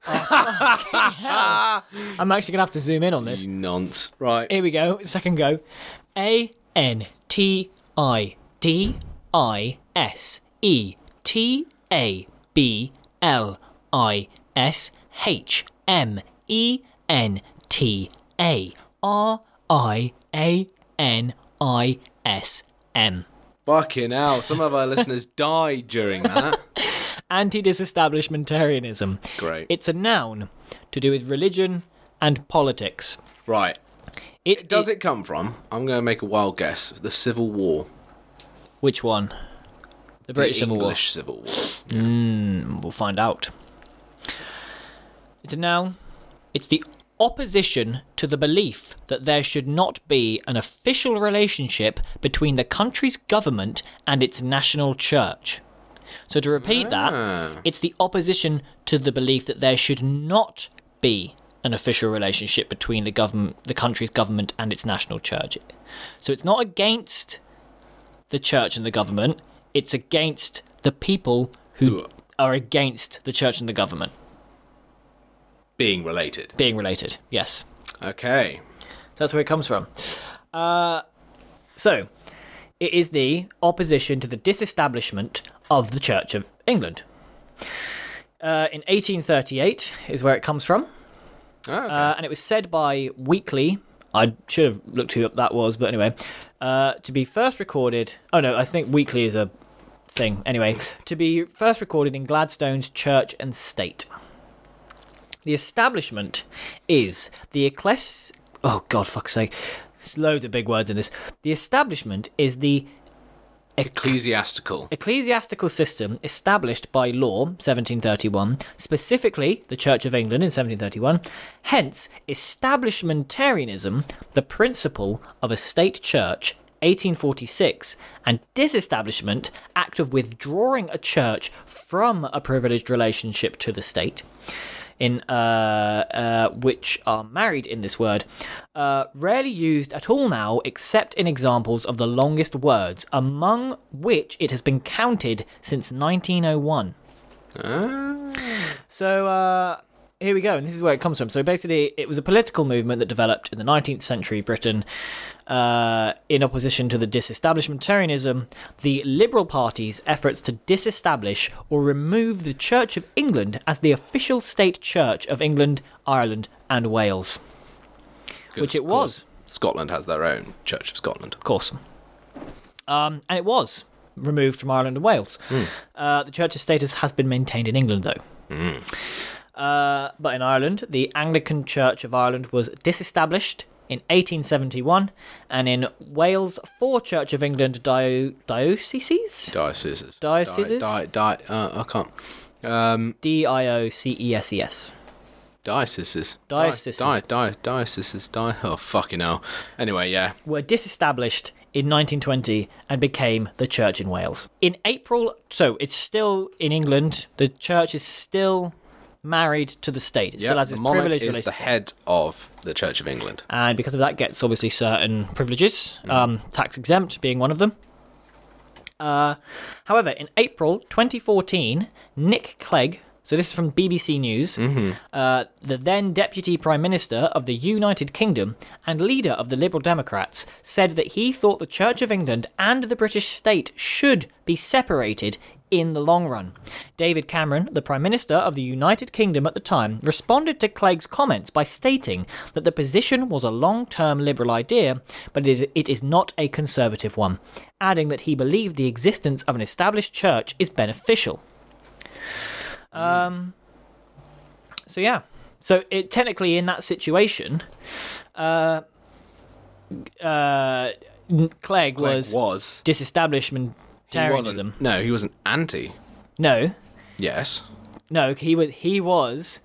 Speaker 2: Oh, I'm actually gonna have to zoom in on this.
Speaker 1: You nonce. Right.
Speaker 2: Here we go. Second go. A N T I D I S E T A B L I S H M E N T A R I A N I S M.
Speaker 1: Fucking hell. Some of our listeners died during that.
Speaker 2: Anti disestablishmentarianism.
Speaker 1: Great.
Speaker 2: It's a noun to do with religion and politics.
Speaker 1: Right.
Speaker 2: It
Speaker 1: Does it come from? I'm going to make a wild guess. The Civil War.
Speaker 2: Which one? The British
Speaker 1: the
Speaker 2: Civil War.
Speaker 1: English Civil War.
Speaker 2: We'll find out. It's a noun. It's the opposition to the belief that there should not be an official relationship between the country's government and its national church. So to repeat that, it's the opposition to the belief that there should not be an official relationship between the government, the country's government, and its national church. So it's not against the church and the government. It's against the people who are against the church and the government
Speaker 1: Being related.
Speaker 2: being related. Yes.
Speaker 1: Okay.
Speaker 2: So that's where it comes from. Uh, so it is the opposition to the disestablishment of the Church of England. Uh, in 1838 is where it comes from,
Speaker 1: Oh, okay.
Speaker 2: uh, and it was said by Weekly. I should have looked who that was, but anyway, uh, to be first recorded. Oh no, I think Weekly is a thing. Anyway, to be first recorded in Gladstone's Church and State. The establishment is the ecclesi. Oh God, fuck's sake! There's loads of big words in this. The establishment is the
Speaker 1: Ecclesiastical.
Speaker 2: ecclesiastical system established by law 1731 specifically the church of england in 1731 hence establishmentarianism the principle of a state church 1846 and disestablishment act of withdrawing a church from a privileged relationship to the state in uh, uh, which are married in this word, uh, rarely used at all now, except in examples of the longest words, among which it has been counted since 1901. So uh, here we go, and this is where it comes from. So basically, it was a political movement that developed in the 19th century Britain uh, in opposition to the disestablishmentarianism, the Liberal Party's efforts to disestablish or remove the Church of England as the official state church of England, Ireland, and Wales. Which it
Speaker 1: Of
Speaker 2: was.
Speaker 1: course, Scotland has their own Church of Scotland.
Speaker 2: Of course. Um, and it was removed from Ireland and Wales. Uh, the church's status has been maintained in England, though. Uh, but in Ireland, the Anglican Church of Ireland was disestablished in 1871, and in Wales, four Church of England dio- dioceses?
Speaker 1: Dioceses.
Speaker 2: Dioceses?
Speaker 1: Di- di- di- uh, I can't. Um,
Speaker 2: D I O C E S E S.
Speaker 1: dioceses.
Speaker 2: Dioceses.
Speaker 1: Di- di- di- dioceses. Di- oh, fucking hell. Anyway, yeah.
Speaker 2: were disestablished in 1920 and became the church in Wales. In April, so it's still in England, the church is still married to the state. It
Speaker 1: Yeah,
Speaker 2: still has
Speaker 1: the
Speaker 2: its
Speaker 1: monarch
Speaker 2: privileged
Speaker 1: is the
Speaker 2: relationship.
Speaker 1: head of the Church of England.
Speaker 2: and because of that gets obviously certain privileges, um, tax exempt being one of them. Uh, however, in April 2014, Nick Clegg, so this is from BBC News, uh, the then Deputy Prime Minister of the United Kingdom and leader of the Liberal Democrats, said that he thought the Church of England and the British state should be separated in the long run. David Cameron, the Prime Minister of the United Kingdom at the time, responded to Clegg's comments by stating that the position was a long term Liberal idea, but it is, it is not a Conservative one, adding that he believed the existence of an established church is beneficial. Um, so, yeah. So, it, technically, in that situation, uh, uh, Clegg, was,
Speaker 1: Clegg was. He
Speaker 2: disestablishmentarianism.
Speaker 1: wasn't. No, he was an anti.
Speaker 2: No,
Speaker 1: Yes.
Speaker 2: No, he was he was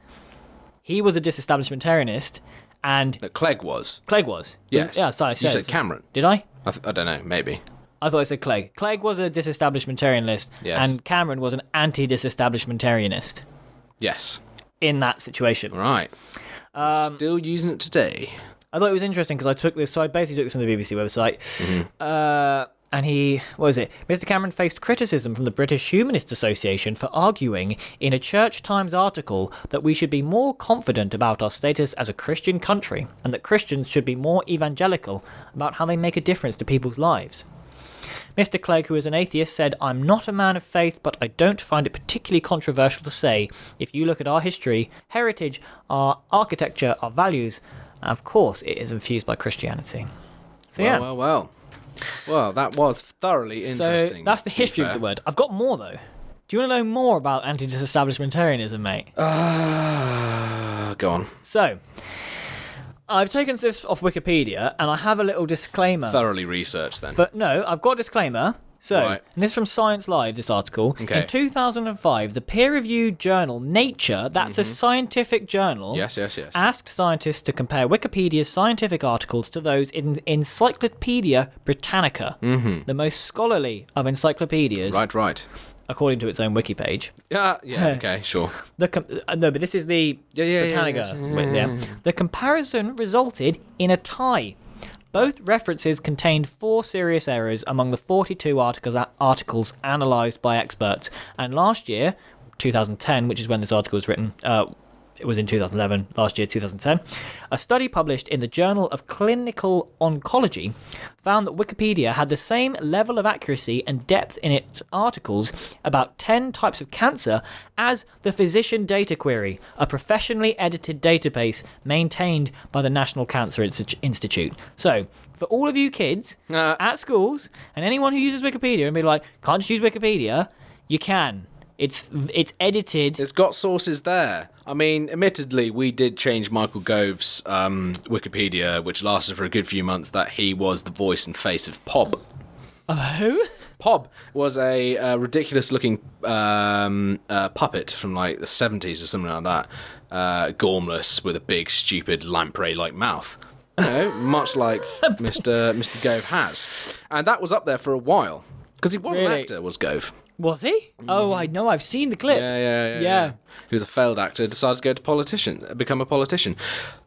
Speaker 2: he was a disestablishmentarianist, and
Speaker 1: That Clegg was.
Speaker 2: Clegg was.
Speaker 1: Yes.
Speaker 2: yeah. So I said,
Speaker 1: You said Cameron.
Speaker 2: Did I?
Speaker 1: I, th- I don't know. Maybe.
Speaker 2: I thought I said Clegg. Clegg was a disestablishmentarianist,
Speaker 1: Yes.
Speaker 2: and Cameron was an anti-disestablishmentarianist
Speaker 1: Yes.
Speaker 2: in that situation.
Speaker 1: Right.
Speaker 2: Um,
Speaker 1: Still using it today.
Speaker 2: I thought it was interesting because I took this, so I basically took this from the BBC website. Uh, and he, what was it? Mr. Cameron faced criticism from the British Humanist Association for arguing in a Church Times article that we should be more confident about our status as a Christian country and that Christians should be more evangelical about how they make a difference to people's lives. Mr. Clegg, who is an atheist, said, I'm not a man of faith, but I don't find it particularly controversial to say, if you look at our history, heritage, our architecture, our values, and of course, it is infused by Christianity. So, yeah.
Speaker 1: Well, well, well. Well, that was thoroughly
Speaker 2: so
Speaker 1: interesting.
Speaker 2: that's the
Speaker 1: to be
Speaker 2: history of
Speaker 1: fair.
Speaker 2: the word. I've got more, though. Do you want to know more
Speaker 1: Uh.
Speaker 2: about anti disestablishmentarianism, mate?
Speaker 1: Ah, go on.
Speaker 2: So, I've taken this off Wikipedia, and I have a little disclaimer.
Speaker 1: Thoroughly researched then.
Speaker 2: But no, I've got a disclaimer. So,
Speaker 1: Right.
Speaker 2: and this is from Science Live, this article.
Speaker 1: Okay.
Speaker 2: In 2005, the peer reviewed journal Nature, that's a scientific journal,
Speaker 1: Mm-hmm. yes, yes, yes.
Speaker 2: asked scientists to compare Wikipedia's scientific articles to those in Encyclopedia Britannica, the most scholarly of encyclopedias,
Speaker 1: Mm-hmm. right, right.
Speaker 2: according to its own wiki page.
Speaker 1: Yeah, yeah, okay, sure.
Speaker 2: The com- uh, no, but this is the
Speaker 1: Yeah, yeah, Mm-hmm. yeah,
Speaker 2: Britannica. wi- yeah. The comparison resulted in a tie. Both references contained four serious errors among the 42 articles articles analysed by experts. And last year, 2010, which is when this article was written, uh, it was in 2011. Last year, 2010, a study published in the Journal of Clinical Oncology found that Wikipedia had the same level of accuracy and depth in its articles about 10 types of cancer as the Physician Data Query, a professionally edited database maintained by the National Cancer Insti- Institute. So, for all of you kids
Speaker 1: Uh.
Speaker 2: at schools and anyone who uses Wikipedia and be like, can't just use Wikipedia, you can. It's it's edited.
Speaker 1: It's got sources there. I mean, admittedly, we did change Michael Gove's um, Wikipedia, which lasted for a good few months, that he was the voice and face of Pop.
Speaker 2: Oh, Who?
Speaker 1: Pob was a uh, ridiculous looking um, uh, puppet from like the 70s or something like that. Uh, gormless with a big, stupid lamprey like mouth. You know, much like Mr. Mr. Gove has. And that was up there for a while. Because he was an
Speaker 2: Really?
Speaker 1: actor, was Gove.
Speaker 2: Was he? Oh, I know. I've seen the clip.
Speaker 1: Mm-hmm. Yeah, yeah, yeah,
Speaker 2: Yeah.
Speaker 1: He was a failed actor, decided to go to politician, become a politician.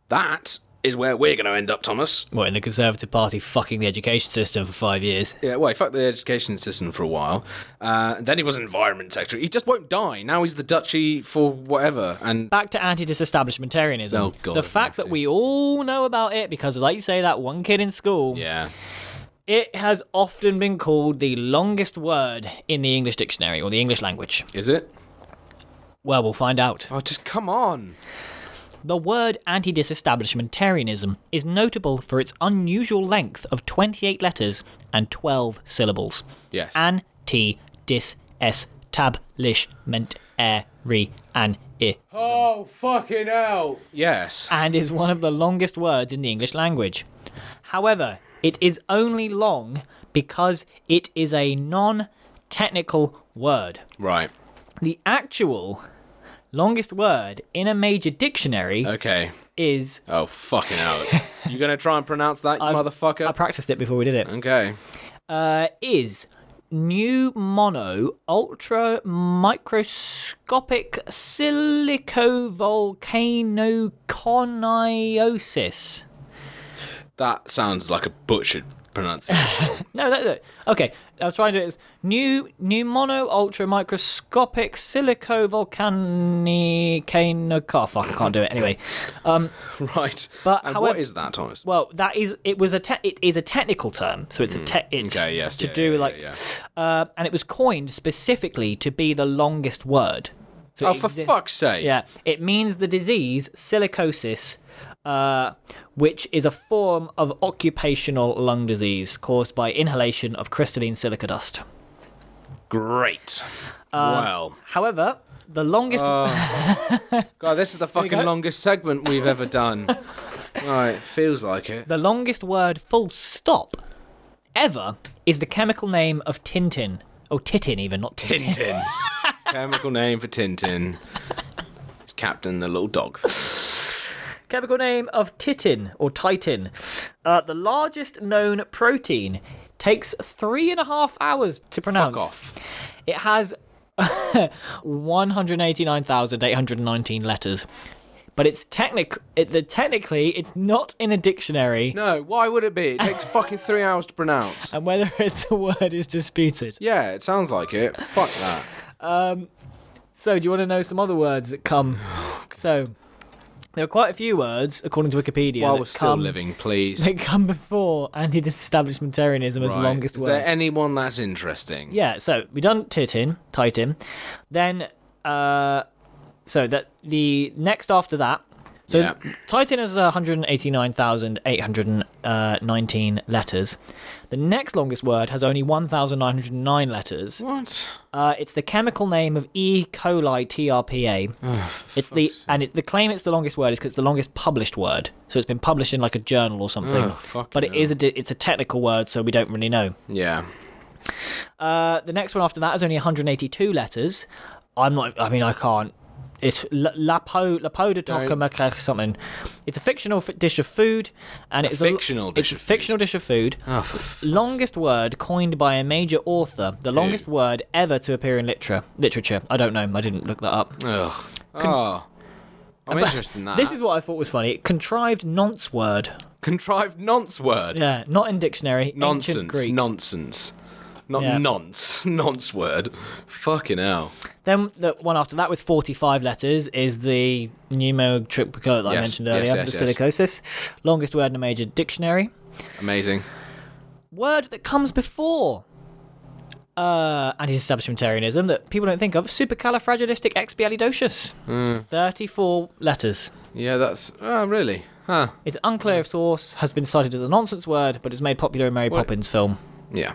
Speaker 1: That is where we're going to end up, Thomas.
Speaker 2: What in the Conservative Party fucking the education system for five years?
Speaker 1: Yeah, well, he fucked the education system for a while. Uh, then he was environment secretary. He just won't die. Now he's the duchy for whatever. And
Speaker 2: Back to anti-disestablishmentarianism.
Speaker 1: Oh, God,
Speaker 2: the
Speaker 1: if we have
Speaker 2: fact that
Speaker 1: to.
Speaker 2: we all know about it because, like you say, that one kid in school.
Speaker 1: yeah,
Speaker 2: It has often been called the longest word in the English dictionary or the English language.
Speaker 1: is it?
Speaker 2: Well, we'll find out.
Speaker 1: Oh, just come on.
Speaker 2: The word anti disestablishmentarianism is notable for its unusual length of 28 letters and 12 syllables.
Speaker 1: Yes.
Speaker 2: Anti disestablishmentary an i.
Speaker 1: Oh fucking hell. Yes.
Speaker 2: And is one of the longest words in the English language. However, it is only long because it is a non technical word.
Speaker 1: Right.
Speaker 2: The actual longest word in a major dictionary
Speaker 1: Okay.
Speaker 2: is.
Speaker 1: Oh fucking hell. you gonna try and pronounce that, you
Speaker 2: I
Speaker 1: motherfucker?
Speaker 2: practiced it before we did it.
Speaker 1: okay.
Speaker 2: uh, is new mono ultra microscopic silicovolcanoconiosis.
Speaker 1: That sounds like a butchered pronunciation.
Speaker 2: No, that, that- okay. I was trying to do it. as New new mono ultra microscopic silicovolcanoconiosis. Fuck, I can't do it anyway.
Speaker 1: right.
Speaker 2: But
Speaker 1: and what
Speaker 2: however-
Speaker 1: is that, Thomas?
Speaker 2: Well, that is it was a te- it is a technical term, so it's a te- it's
Speaker 1: Hmm, okay, yes,
Speaker 2: to
Speaker 1: yeah,
Speaker 2: do
Speaker 1: yeah, yeah,
Speaker 2: like,
Speaker 1: yeah.
Speaker 2: Uh, and it was coined specifically to be the longest word. So
Speaker 1: oh,
Speaker 2: it
Speaker 1: for
Speaker 2: exi-
Speaker 1: fuck's sake.
Speaker 2: Yeah, it means the disease silicosis, uh, which is a form of occupational lung disease caused by inhalation of crystalline silica dust.
Speaker 1: Great.
Speaker 2: Uh,
Speaker 1: well.
Speaker 2: However, the longest
Speaker 1: Uh. God, this is the fucking
Speaker 2: go.
Speaker 1: longest segment we've ever done. right, feels like it.
Speaker 2: the longest word full stop ever is the chemical name of Tintin. Oh, Titin even, not Tintin.
Speaker 1: Tintin. Chemical name for Tintin. It's Captain the Little Dog. Thing.
Speaker 2: Chemical name of Titin or Titan. Uh, the largest known protein takes three and a half hours to pronounce.
Speaker 1: Fuck off.
Speaker 2: It has 189,819 letters. But it's technic it, the, technically it's not in a dictionary
Speaker 1: No, why would it be? It takes fucking three hours to pronounce.
Speaker 2: and whether it's a word is disputed.
Speaker 1: Yeah, it sounds like it. Fuck that.
Speaker 2: So do you want to know some other words that come so there are quite a few words according to Wikipedia
Speaker 1: While
Speaker 2: that
Speaker 1: we're still
Speaker 2: come-
Speaker 1: living, please.
Speaker 2: that come before anti-disestablishmentarianism as
Speaker 1: Right.
Speaker 2: longest
Speaker 1: Is
Speaker 2: word.
Speaker 1: there anyone that's interesting?
Speaker 2: yeah, so we done Titin, Titan. Then uh so that the next after that, So
Speaker 1: Yeah.
Speaker 2: Titan has 189,819 letters. The next longest word has only 1,909 letters.
Speaker 1: What?
Speaker 2: Uh, it's the chemical name of E. coli TRPA. it's the and it's the claim it's the longest word is because it's the longest published word. So it's been published in like a journal or something.
Speaker 1: Oh, fucking
Speaker 2: but it is a di- it's a technical word, so we don't really know.
Speaker 1: Yeah.
Speaker 2: Uh, the next one after that is only 182 letters. I'm not. I mean, I can't. It's L- Lapo Lapodotocomaclec something. It's a fictional f- dish of food, and it's
Speaker 1: fictional
Speaker 2: a,
Speaker 1: dish
Speaker 2: It's
Speaker 1: of
Speaker 2: a fictional dish of food.
Speaker 1: Oh, for f-
Speaker 2: Longest word coined by a major author. The longest word ever to appear in literature. Literature. I don't know. I didn't look that up.
Speaker 1: ugh. oh. I'm interested in that.
Speaker 2: This is what I thought was funny. Contrived nonce word.
Speaker 1: contrived nonce word.
Speaker 2: Yeah, not in dictionary. Ancient
Speaker 1: Nonsense.
Speaker 2: Greek.
Speaker 1: Nonsense. Not
Speaker 2: Yeah.
Speaker 1: nonce. Nonce word. Fucking hell.
Speaker 2: Then the one after that with 45 letters is the pneumotripica that I
Speaker 1: Yes,
Speaker 2: mentioned
Speaker 1: yes,
Speaker 2: earlier,
Speaker 1: yes,
Speaker 2: the
Speaker 1: yes.
Speaker 2: silicosis. Longest word in a major dictionary.
Speaker 1: Amazing.
Speaker 2: Word that comes before uh, anti-establishmentarianism that people don't think of. Supercalifragilisticexpialidocious.
Speaker 1: Hmm.
Speaker 2: 34 letters.
Speaker 1: Yeah, that's. Oh, really? Huh.
Speaker 2: It's unclear if source has been cited as a nonsense word, but it's made popular in Mary Poppins film.
Speaker 1: Yeah.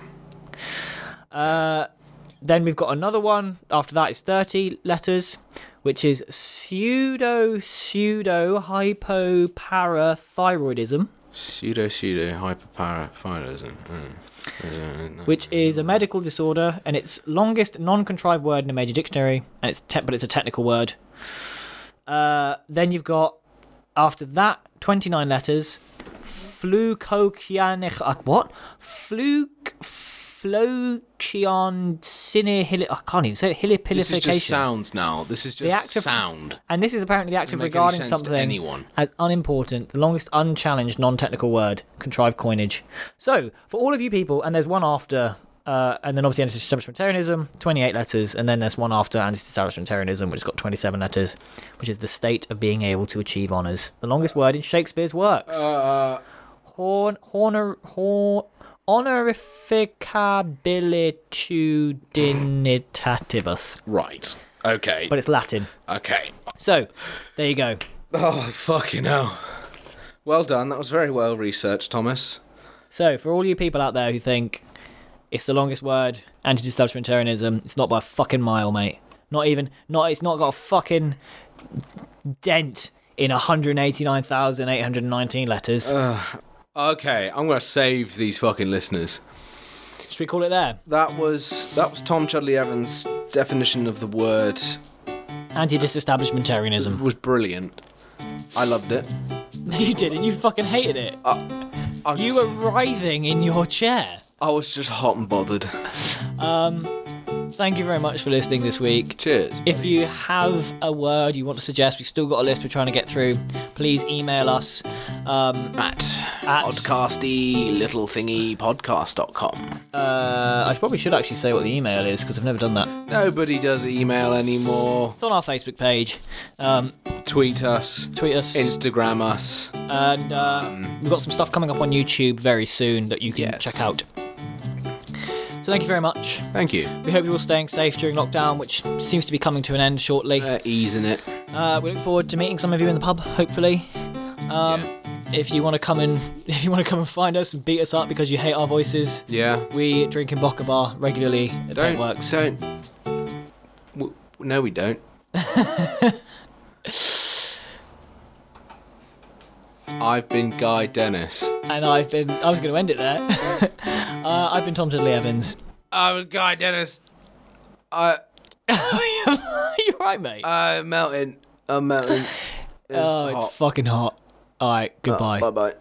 Speaker 2: Then we've got another one. After that is 30 letters, which is pseudo pseudo hypoparathyroidism,
Speaker 1: Pseudo pseudo hyperparathyroidism. Mm.
Speaker 2: which is a medical disorder, and it's longest non-contrived word in a major dictionary, and it's te- but it's a technical word. Uh, then you've got after that 29 letters. Flucochianic. uh, What? Fluke. Flochion. Sinihili. I can't even say it.
Speaker 1: This is
Speaker 2: Hilipilification.
Speaker 1: just sounds now. This is just
Speaker 2: act of-
Speaker 1: sound.
Speaker 2: And this is apparently the act of
Speaker 1: make any
Speaker 2: regarding
Speaker 1: sense to
Speaker 2: something
Speaker 1: anyone.
Speaker 2: as unimportant, the longest unchallenged non technical word, contrived coinage. So, for all of you people, and there's one after, uh, and then obviously anti establishmentarianism, 28 letters, and then there's one after anti establishmentarianism, which has got 27 letters, which is the state of being able to achieve honours. The longest word in Shakespeare's works.
Speaker 1: Uh,
Speaker 2: Horn, honor, hor, honorificabilitudinitativus.
Speaker 1: Right. Okay.
Speaker 2: But it's Latin.
Speaker 1: okay.
Speaker 2: So, there you go.
Speaker 1: Oh, fucking hell. Well done. That was very well researched, Thomas.
Speaker 2: So, for all you people out there who think it's the longest word, anti-establishmentarianism, it's not by a fucking mile, mate. Not even, not it's not got a fucking dent in 189,819 letters.
Speaker 1: Okay, I'm gonna save these fucking listeners.
Speaker 2: Should we call it there?
Speaker 1: That was that was Tom Chudley Evans' definition of the word. It
Speaker 2: Anti-disestablishmentarianism.
Speaker 1: was brilliant. I loved it.
Speaker 2: you did it. You fucking hated it.
Speaker 1: I,
Speaker 2: you were writhing in your chair.
Speaker 1: I was just hot and bothered.
Speaker 2: Thank you very much for listening this week.
Speaker 1: Cheers.
Speaker 2: If you have a word you want to suggest, we've still got a list we're trying to get through. Please email us um,
Speaker 1: at
Speaker 2: at
Speaker 1: podcasty little thingy podcast.com.
Speaker 2: Uh, I probably should actually say what the email is because I've never done that. It's
Speaker 1: Nobody does email anymore.
Speaker 2: on our Facebook page. Um,
Speaker 1: Tweet us,
Speaker 2: tweet us,
Speaker 1: Instagram us.
Speaker 2: and uh, we've got some stuff coming up on YouTube very soon that you can
Speaker 1: Yes.
Speaker 2: check out. So thank you very much.
Speaker 1: Thank you.
Speaker 2: We hope you're all staying safe during lockdown, which seems to be coming to an end shortly.
Speaker 1: Uh, easing it.
Speaker 2: Uh, we look forward to meeting some of you in the pub, hopefully. Um, If you want to come and if you want to come and find us and beat us up because you hate our voices,
Speaker 1: Yeah. yeah.
Speaker 2: we drink in Boca Bar regularly. It
Speaker 1: Don't
Speaker 2: works.
Speaker 1: Don't. W- no, we don't. I've been Guy Dennis.
Speaker 2: And I've been. I was going to end it there. uh, I've been Tom Tiddley Evans.
Speaker 1: I'm Guy Dennis. I
Speaker 2: You're right, mate.
Speaker 1: Uh, I'm melting. I'm melting.
Speaker 2: oh, it's fucking hot. All right, goodbye.
Speaker 1: bye.